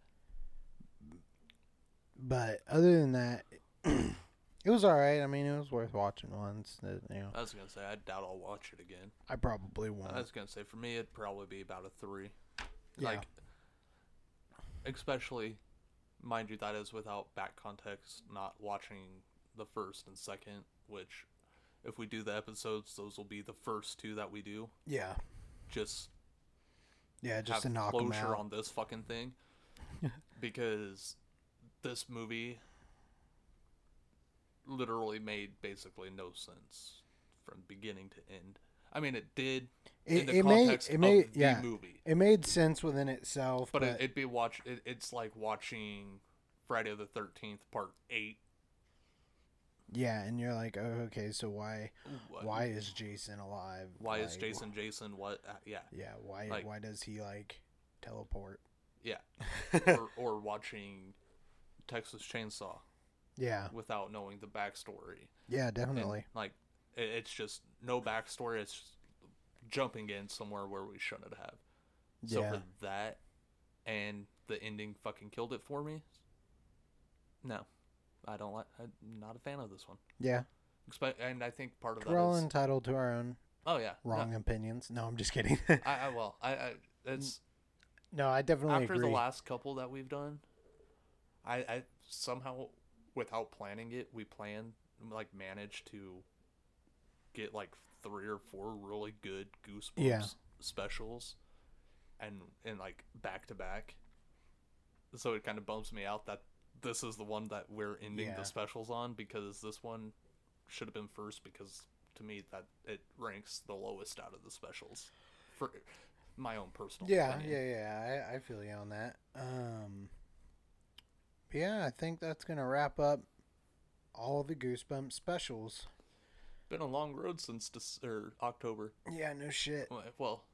A: but other than that, it was all right. I mean, it was worth watching once. uh, You know,
B: I was gonna say I doubt I'll watch it again.
A: I probably won't.
B: I was gonna say for me it'd probably be about a three.
A: Yeah.
B: Like especially mind you that is without back context, not watching the first and second, which if we do the episodes, those will be the first two that we do.
A: yeah,
B: Just,
A: yeah, just to
B: have
A: knock 'em
B: closure
A: out.
B: on this fucking thing. because this movie literally made basically no sense from beginning to end. I mean it did in
A: it,
B: the
A: it made
B: context
A: it made
B: of the
A: yeah,
B: movie.
A: it made sense within itself.
B: But
A: But,
B: it, it'd be watch. It, it's like watching Friday the Thirteenth Part Eight.
A: yeah, and you're like, oh, okay, so why
B: What-
A: why is Jason alive?
B: Why is
A: Like,
B: Jason? Jason? What? Uh, yeah.
A: Yeah, why
B: like-
A: why does he like teleport?
B: Yeah. or, or watching Texas Chainsaw
A: Yeah,
B: without knowing the backstory.
A: yeah,
B: And,
A: definitely.
B: like it, it's just no backstory. It's just jumping in somewhere where we shouldn't have. So
A: yeah,
B: for that, and the ending fucking killed it for me. No, I don't like. I'm not a fan of this one.
A: yeah.
B: Expe- And I think part of that
A: We're all
B: is-
A: entitled to our own
B: Oh yeah, no,
A: wrong opinions. No, I'm just kidding.
B: I, I well, I, I it's
A: no, I definitely
B: after
A: agree.
B: the last couple that we've done. I, I somehow, without planning it, we planned like managed to get like three or four really good goosebumps
A: Yeah.
B: specials, and and like back to back. So it kind of bumps me out that this is the one that we're ending
A: Yeah.
B: the specials on because this one should have been first because to me that it ranks the lowest out of the specials for my own personal
A: Yeah,
B: opinion.
A: yeah, yeah. I, I feel you on that. Um, but yeah, I think that's gonna wrap up all the Goosebumps specials.
B: Been a long road since Dec- or October.
A: Yeah, no shit.
B: Well,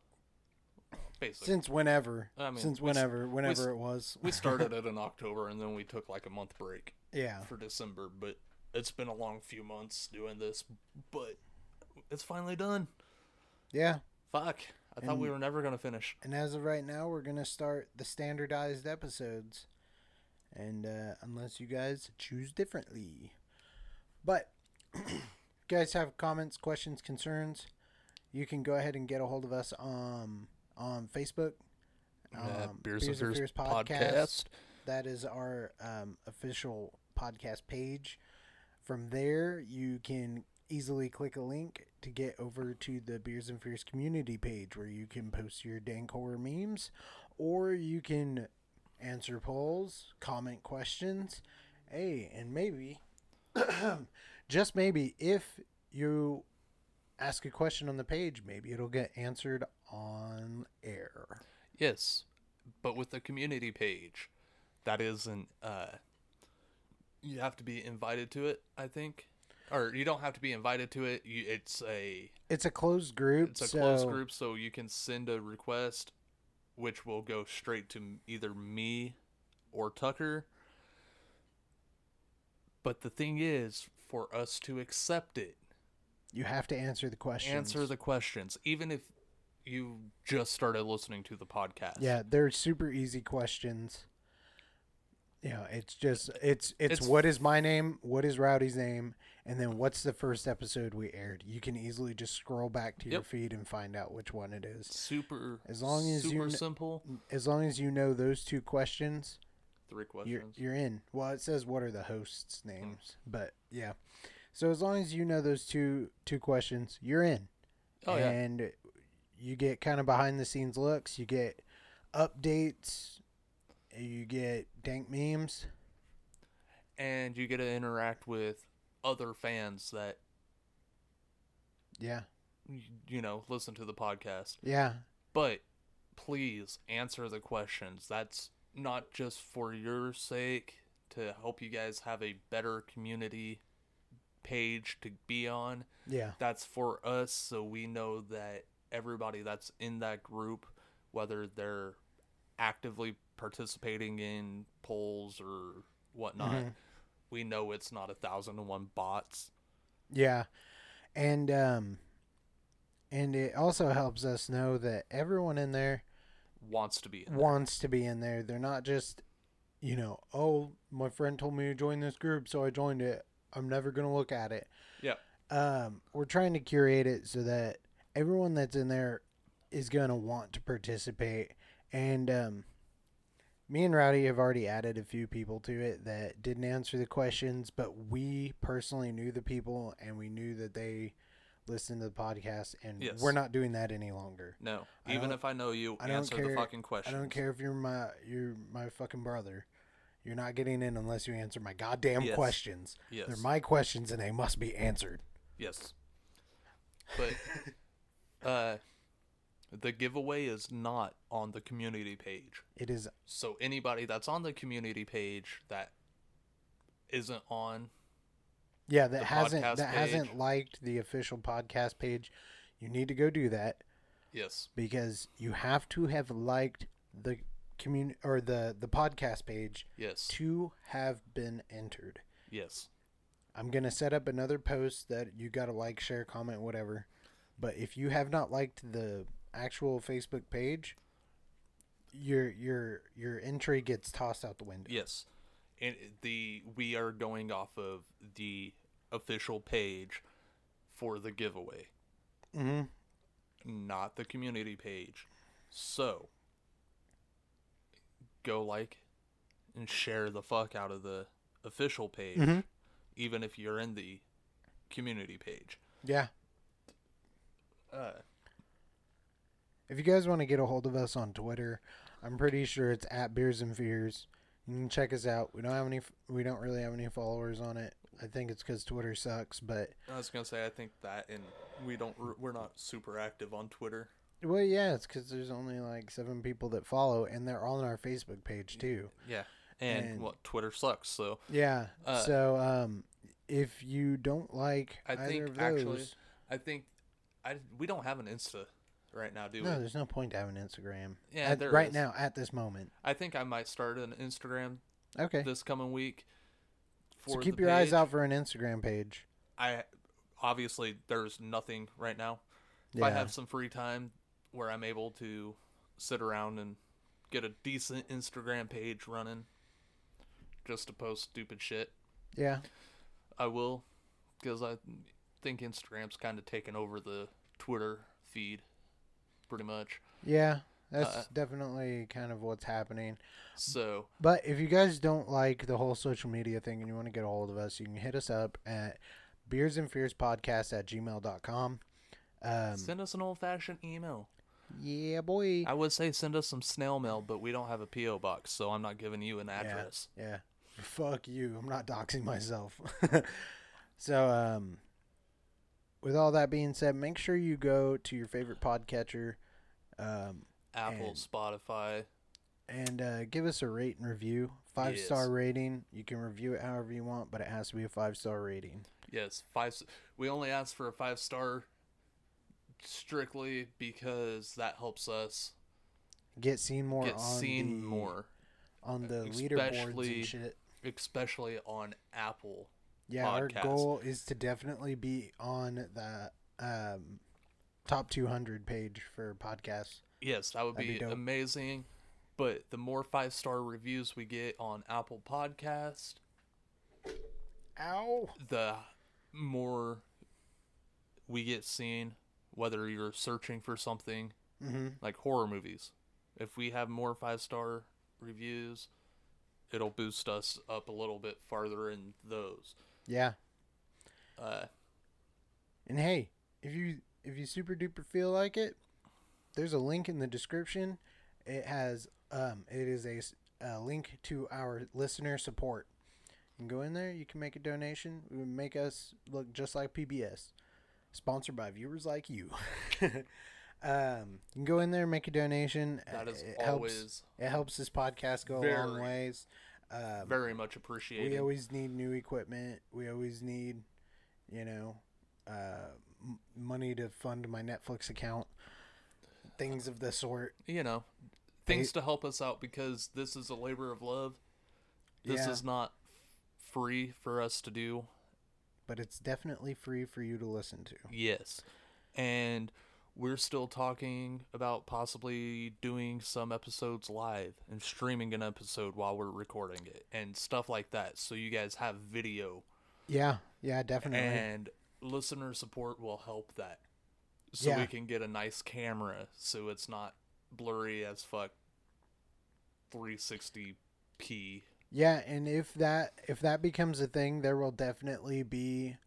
B: basically,
A: Since whenever,
B: I mean,
A: since
B: we s-
A: whenever, whenever
B: s-
A: it was.
B: we started it in October and then we took like a month break
A: yeah,
B: for December. But it's been a long few months doing this, but it's finally done.
A: yeah.
B: Fuck! I thought we were never gonna finish.
A: And as of right now, we're gonna start the standardized episodes, and uh, unless you guys choose differently. But if you guys have comments, questions, concerns, you can go ahead and get a hold of us um, on Facebook.
B: Uh,
A: um, Beers
B: Beers, and
A: and
B: Fears
A: Fears
B: podcast.
A: podcast. That is our um, official podcast page. From there, you can easily click a link to get over to the Beers and Fears community page where you can post your dank horror memes or you can answer polls, comment questions. Hey, and maybe, just maybe, if you ask a question on the page, maybe it'll get answered on air.
B: Yes, but with the community page, that isn't. Uh, you have to be invited to it, I think, or you don't have to be invited to it. You, it's a
A: It's a closed group.
B: it's a
A: so
B: closed group, so you can send a request, which will go straight to m- either me or Tucker. But the thing is, for us to accept it,
A: You have to answer the questions.
B: answer the questions, even if you just started listening to the podcast.
A: Yeah, they're super easy questions. You know, it's just it's it's,
B: It's-
A: what is my name, what is Rowdy's name, and then what's the first episode we aired. You can easily just scroll back to your
B: Yep.
A: feed and find out which one it is.
B: super
A: As long as you
B: super
A: kn-
B: simple
A: As long as you know those two questions,
B: three
A: you're
B: questions Hmm.
A: you're in. Well, it says what are the hosts' names, but yeah. So as long as you know those two two questions, you're in.
B: oh yeah
A: and you get kind of behind the scenes looks. You get updates. You get dank memes.
B: and you get to interact with other fans that
A: Yeah,
B: y- you know listen to the podcast
A: yeah,
B: but please answer the questions that's not just for your sake to help you guys have a better community page to be on
A: yeah,
B: that's for us so we know that everybody that's in that group whether they're actively participating in polls or whatnot
A: Mhm.
B: we know it's not a thousand and one bots
A: yeah, and um, and it also helps us know that everyone in there
B: wants to be in there.
A: wants to be in there. They're not just, you know, oh, my friend told me to join this group, so I joined it. I'm never gonna look at it.
B: Yeah.
A: Um, we're trying to curate it so that everyone that's in there is gonna want to participate. And um, me and Rowdy have already added a few people to it that didn't answer the questions, but we personally knew the people and we knew that they listened to the podcast, and
B: Yes.
A: we're not doing that any longer.
B: no
A: I
B: even
A: don't-
B: if i know you
A: I don't
B: answer the
A: care-
B: fucking question
A: I don't care if you're my you're my fucking brother. You're not getting in unless you answer my goddamn
B: Yes.
A: questions.
B: yes
A: They're my questions and they must be answered.
B: yes but uh the giveaway is not on the community page
A: It is
B: So anybody that's on the community page that isn't on,
A: yeah, that
B: The
A: hasn't
B: podcast
A: that hasn't
B: page.
A: liked the official podcast page. You need to go do that
B: yes,
A: because you have to have liked the commun or the the podcast page
B: yes,
A: to have been entered.
B: yes,
A: I'm gonna set up another post that you gotta like, share, comment, whatever. But if you have not liked the actual Facebook page, your your your entry gets tossed out the window.
B: yes. And the we are going off of the official page for the giveaway,
A: Mm-hmm.
B: not the community page. So go like and share the fuck out of the official page,
A: Mhm.
B: even if you're in the community page.
A: Yeah.
B: Uh,
A: If you guys want to get a hold of us on Twitter, I'm pretty sure it's at Beers and Fears. You can check us out. We don't have any. f- We don't really have any followers on it. I think it's because Twitter sucks. But
B: I was gonna say I think that, and we don't we're not super active on Twitter.
A: well, yeah, it's because there's only like seven people that follow, and they're all on our Facebook page too.
B: Yeah, and,
A: And-
B: what Twitter sucks. So
A: Yeah.
B: Uh,
A: so um, if you don't like
B: I
A: either
B: think
A: of those,
B: actually, I think I we don't have an Insta right now, do we?
A: no, there's no point to having Instagram.
B: Yeah,
A: At-
B: there
A: right
B: is.
A: now at this moment.
B: I think I might start an Instagram
A: Okay.
B: this coming week.
A: So
B: for
A: keep
B: the
A: your eyes
B: page.
A: out for an Instagram page.
B: I obviously there's nothing right now. If
A: Yeah.
B: I have some free time where I'm able to sit around and get a decent Instagram page running, just to post stupid shit,
A: yeah.
B: I will because I think Instagram's kind of taken over the Twitter feed, pretty much.
A: Yeah, that's
B: Uh,
A: definitely kind of what's happening.
B: So
A: But if you guys don't like the whole social media thing and you want to get a hold of us, you can hit us up at beersandfearspodcast at gmail.com. Um,
B: send us an old fashioned email.
A: yeah, boy.
B: I would say send us some snail mail, but we don't have a PO box, so I'm not giving you an address.
A: Yeah. Fuck you. I'm not doxing myself. so, um, with all that being said, make sure you go to your favorite podcatcher um,
B: Apple,
A: And-
B: Spotify,
A: and uh, give us a rate and review. Five
B: Yes.
A: star rating. You can review it however you want, but it has to be a five star rating.
B: yes, five. s- We only ask for a five star, strictly because that helps us
A: Get seen more
B: get
A: on
B: seen
A: the,
B: more, uh,
A: on the leaderboards
B: especially-
A: and shit.
B: especially on Apple.
A: Yeah,
B: podcast.
A: our goal is to definitely be on the um, top 200 page for podcasts.
B: Yes, that would
A: That'd
B: be,
A: be dope.
B: amazing. But the more five star reviews we get on Apple Podcast,
A: Ow.
B: the more we get seen. Whether you're searching for something
A: Mm-hmm.
B: like horror movies, if we have more five star reviews, it'll boost us up a little bit farther in those.
A: Yeah.
B: Uh,
A: And hey, if you if you super duper feel like it, there's a link in the description. It has um it is a, s- a link to our listener support. You can go in there, you can make a donation. It would make us look just like PBS. Sponsored by viewers like you. um you can go in there, make a donation.
B: that
A: Uh,
B: is
A: it helps
B: always
A: it helps this podcast go a long
B: very-
A: ways. Um,
B: very much
A: we
B: appreciated.
A: always need new equipment. We always need, you know, uh, m- money to fund my Netflix account, things of the sort.
B: you know, things to help us out because this is a labor of love. This
A: Yeah.
B: is not free for us to do.
A: But it's definitely free for you to listen to.
B: Yes. And we're still talking about possibly doing some episodes live and streaming an episode while we're recording it and stuff like that. So you guys have video
A: Yeah, yeah, definitely.
B: and listener support will help that. So
A: Yeah.
B: we can get a nice camera so it's not blurry as fuck 360p.
A: yeah, and if that if that becomes a thing, there will definitely be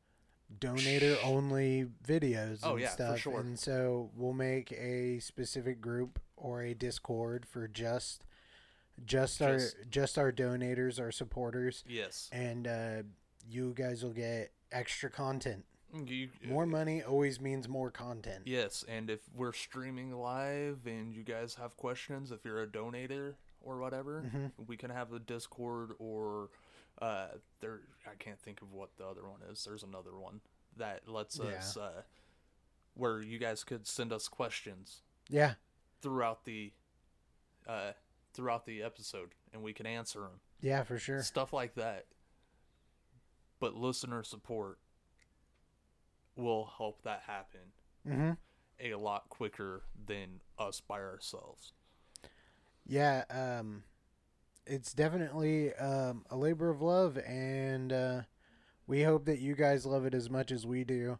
A: donator only videos
B: Oh,
A: and
B: yeah, for
A: stuff.
B: sure.
A: And so we'll make a specific group or a Discord for just just our
B: Just-
A: just our donators, our supporters.
B: Yes.
A: and uh, you guys will get extra content.
B: You, uh,
A: More money always means more content.
B: Yes, and if we're streaming live and you guys have questions, if you're a donator or whatever,
A: Mhm.
B: we can have a Discord or uh, there. I can't think of what the other one is. There's another one that lets
A: Yeah.
B: us uh, where you guys could send us questions
A: Yeah,
B: throughout the uh, throughout the episode, and we can answer them.
A: yeah, for sure.
B: Stuff like that. But listener support will help that happen
A: hmm
B: a lot quicker than us by ourselves.
A: Yeah, um, it's definitely um, a labor of love, and uh, we hope that you guys love it as much as we do.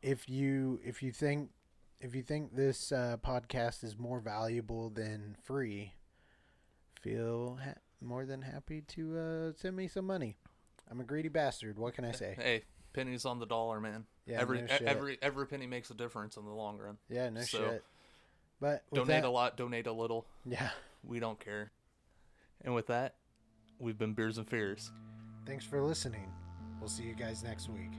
A: If you if you think if you think this uh, podcast is more valuable than free, feel ha- more than happy to uh, send me some money. I'm a greedy bastard. What can I say?
B: Hey, pennies on the dollar, man.
A: Yeah,
B: every
A: no
B: e-
A: shit.
B: every every penny makes a difference in the long run.
A: Yeah, no
B: So,
A: shit. But with
B: donate
A: that,
B: a lot, donate a little.
A: yeah.
B: We don't care. And with that, we've been beers and fears.
A: Thanks for listening. We'll see you guys next week.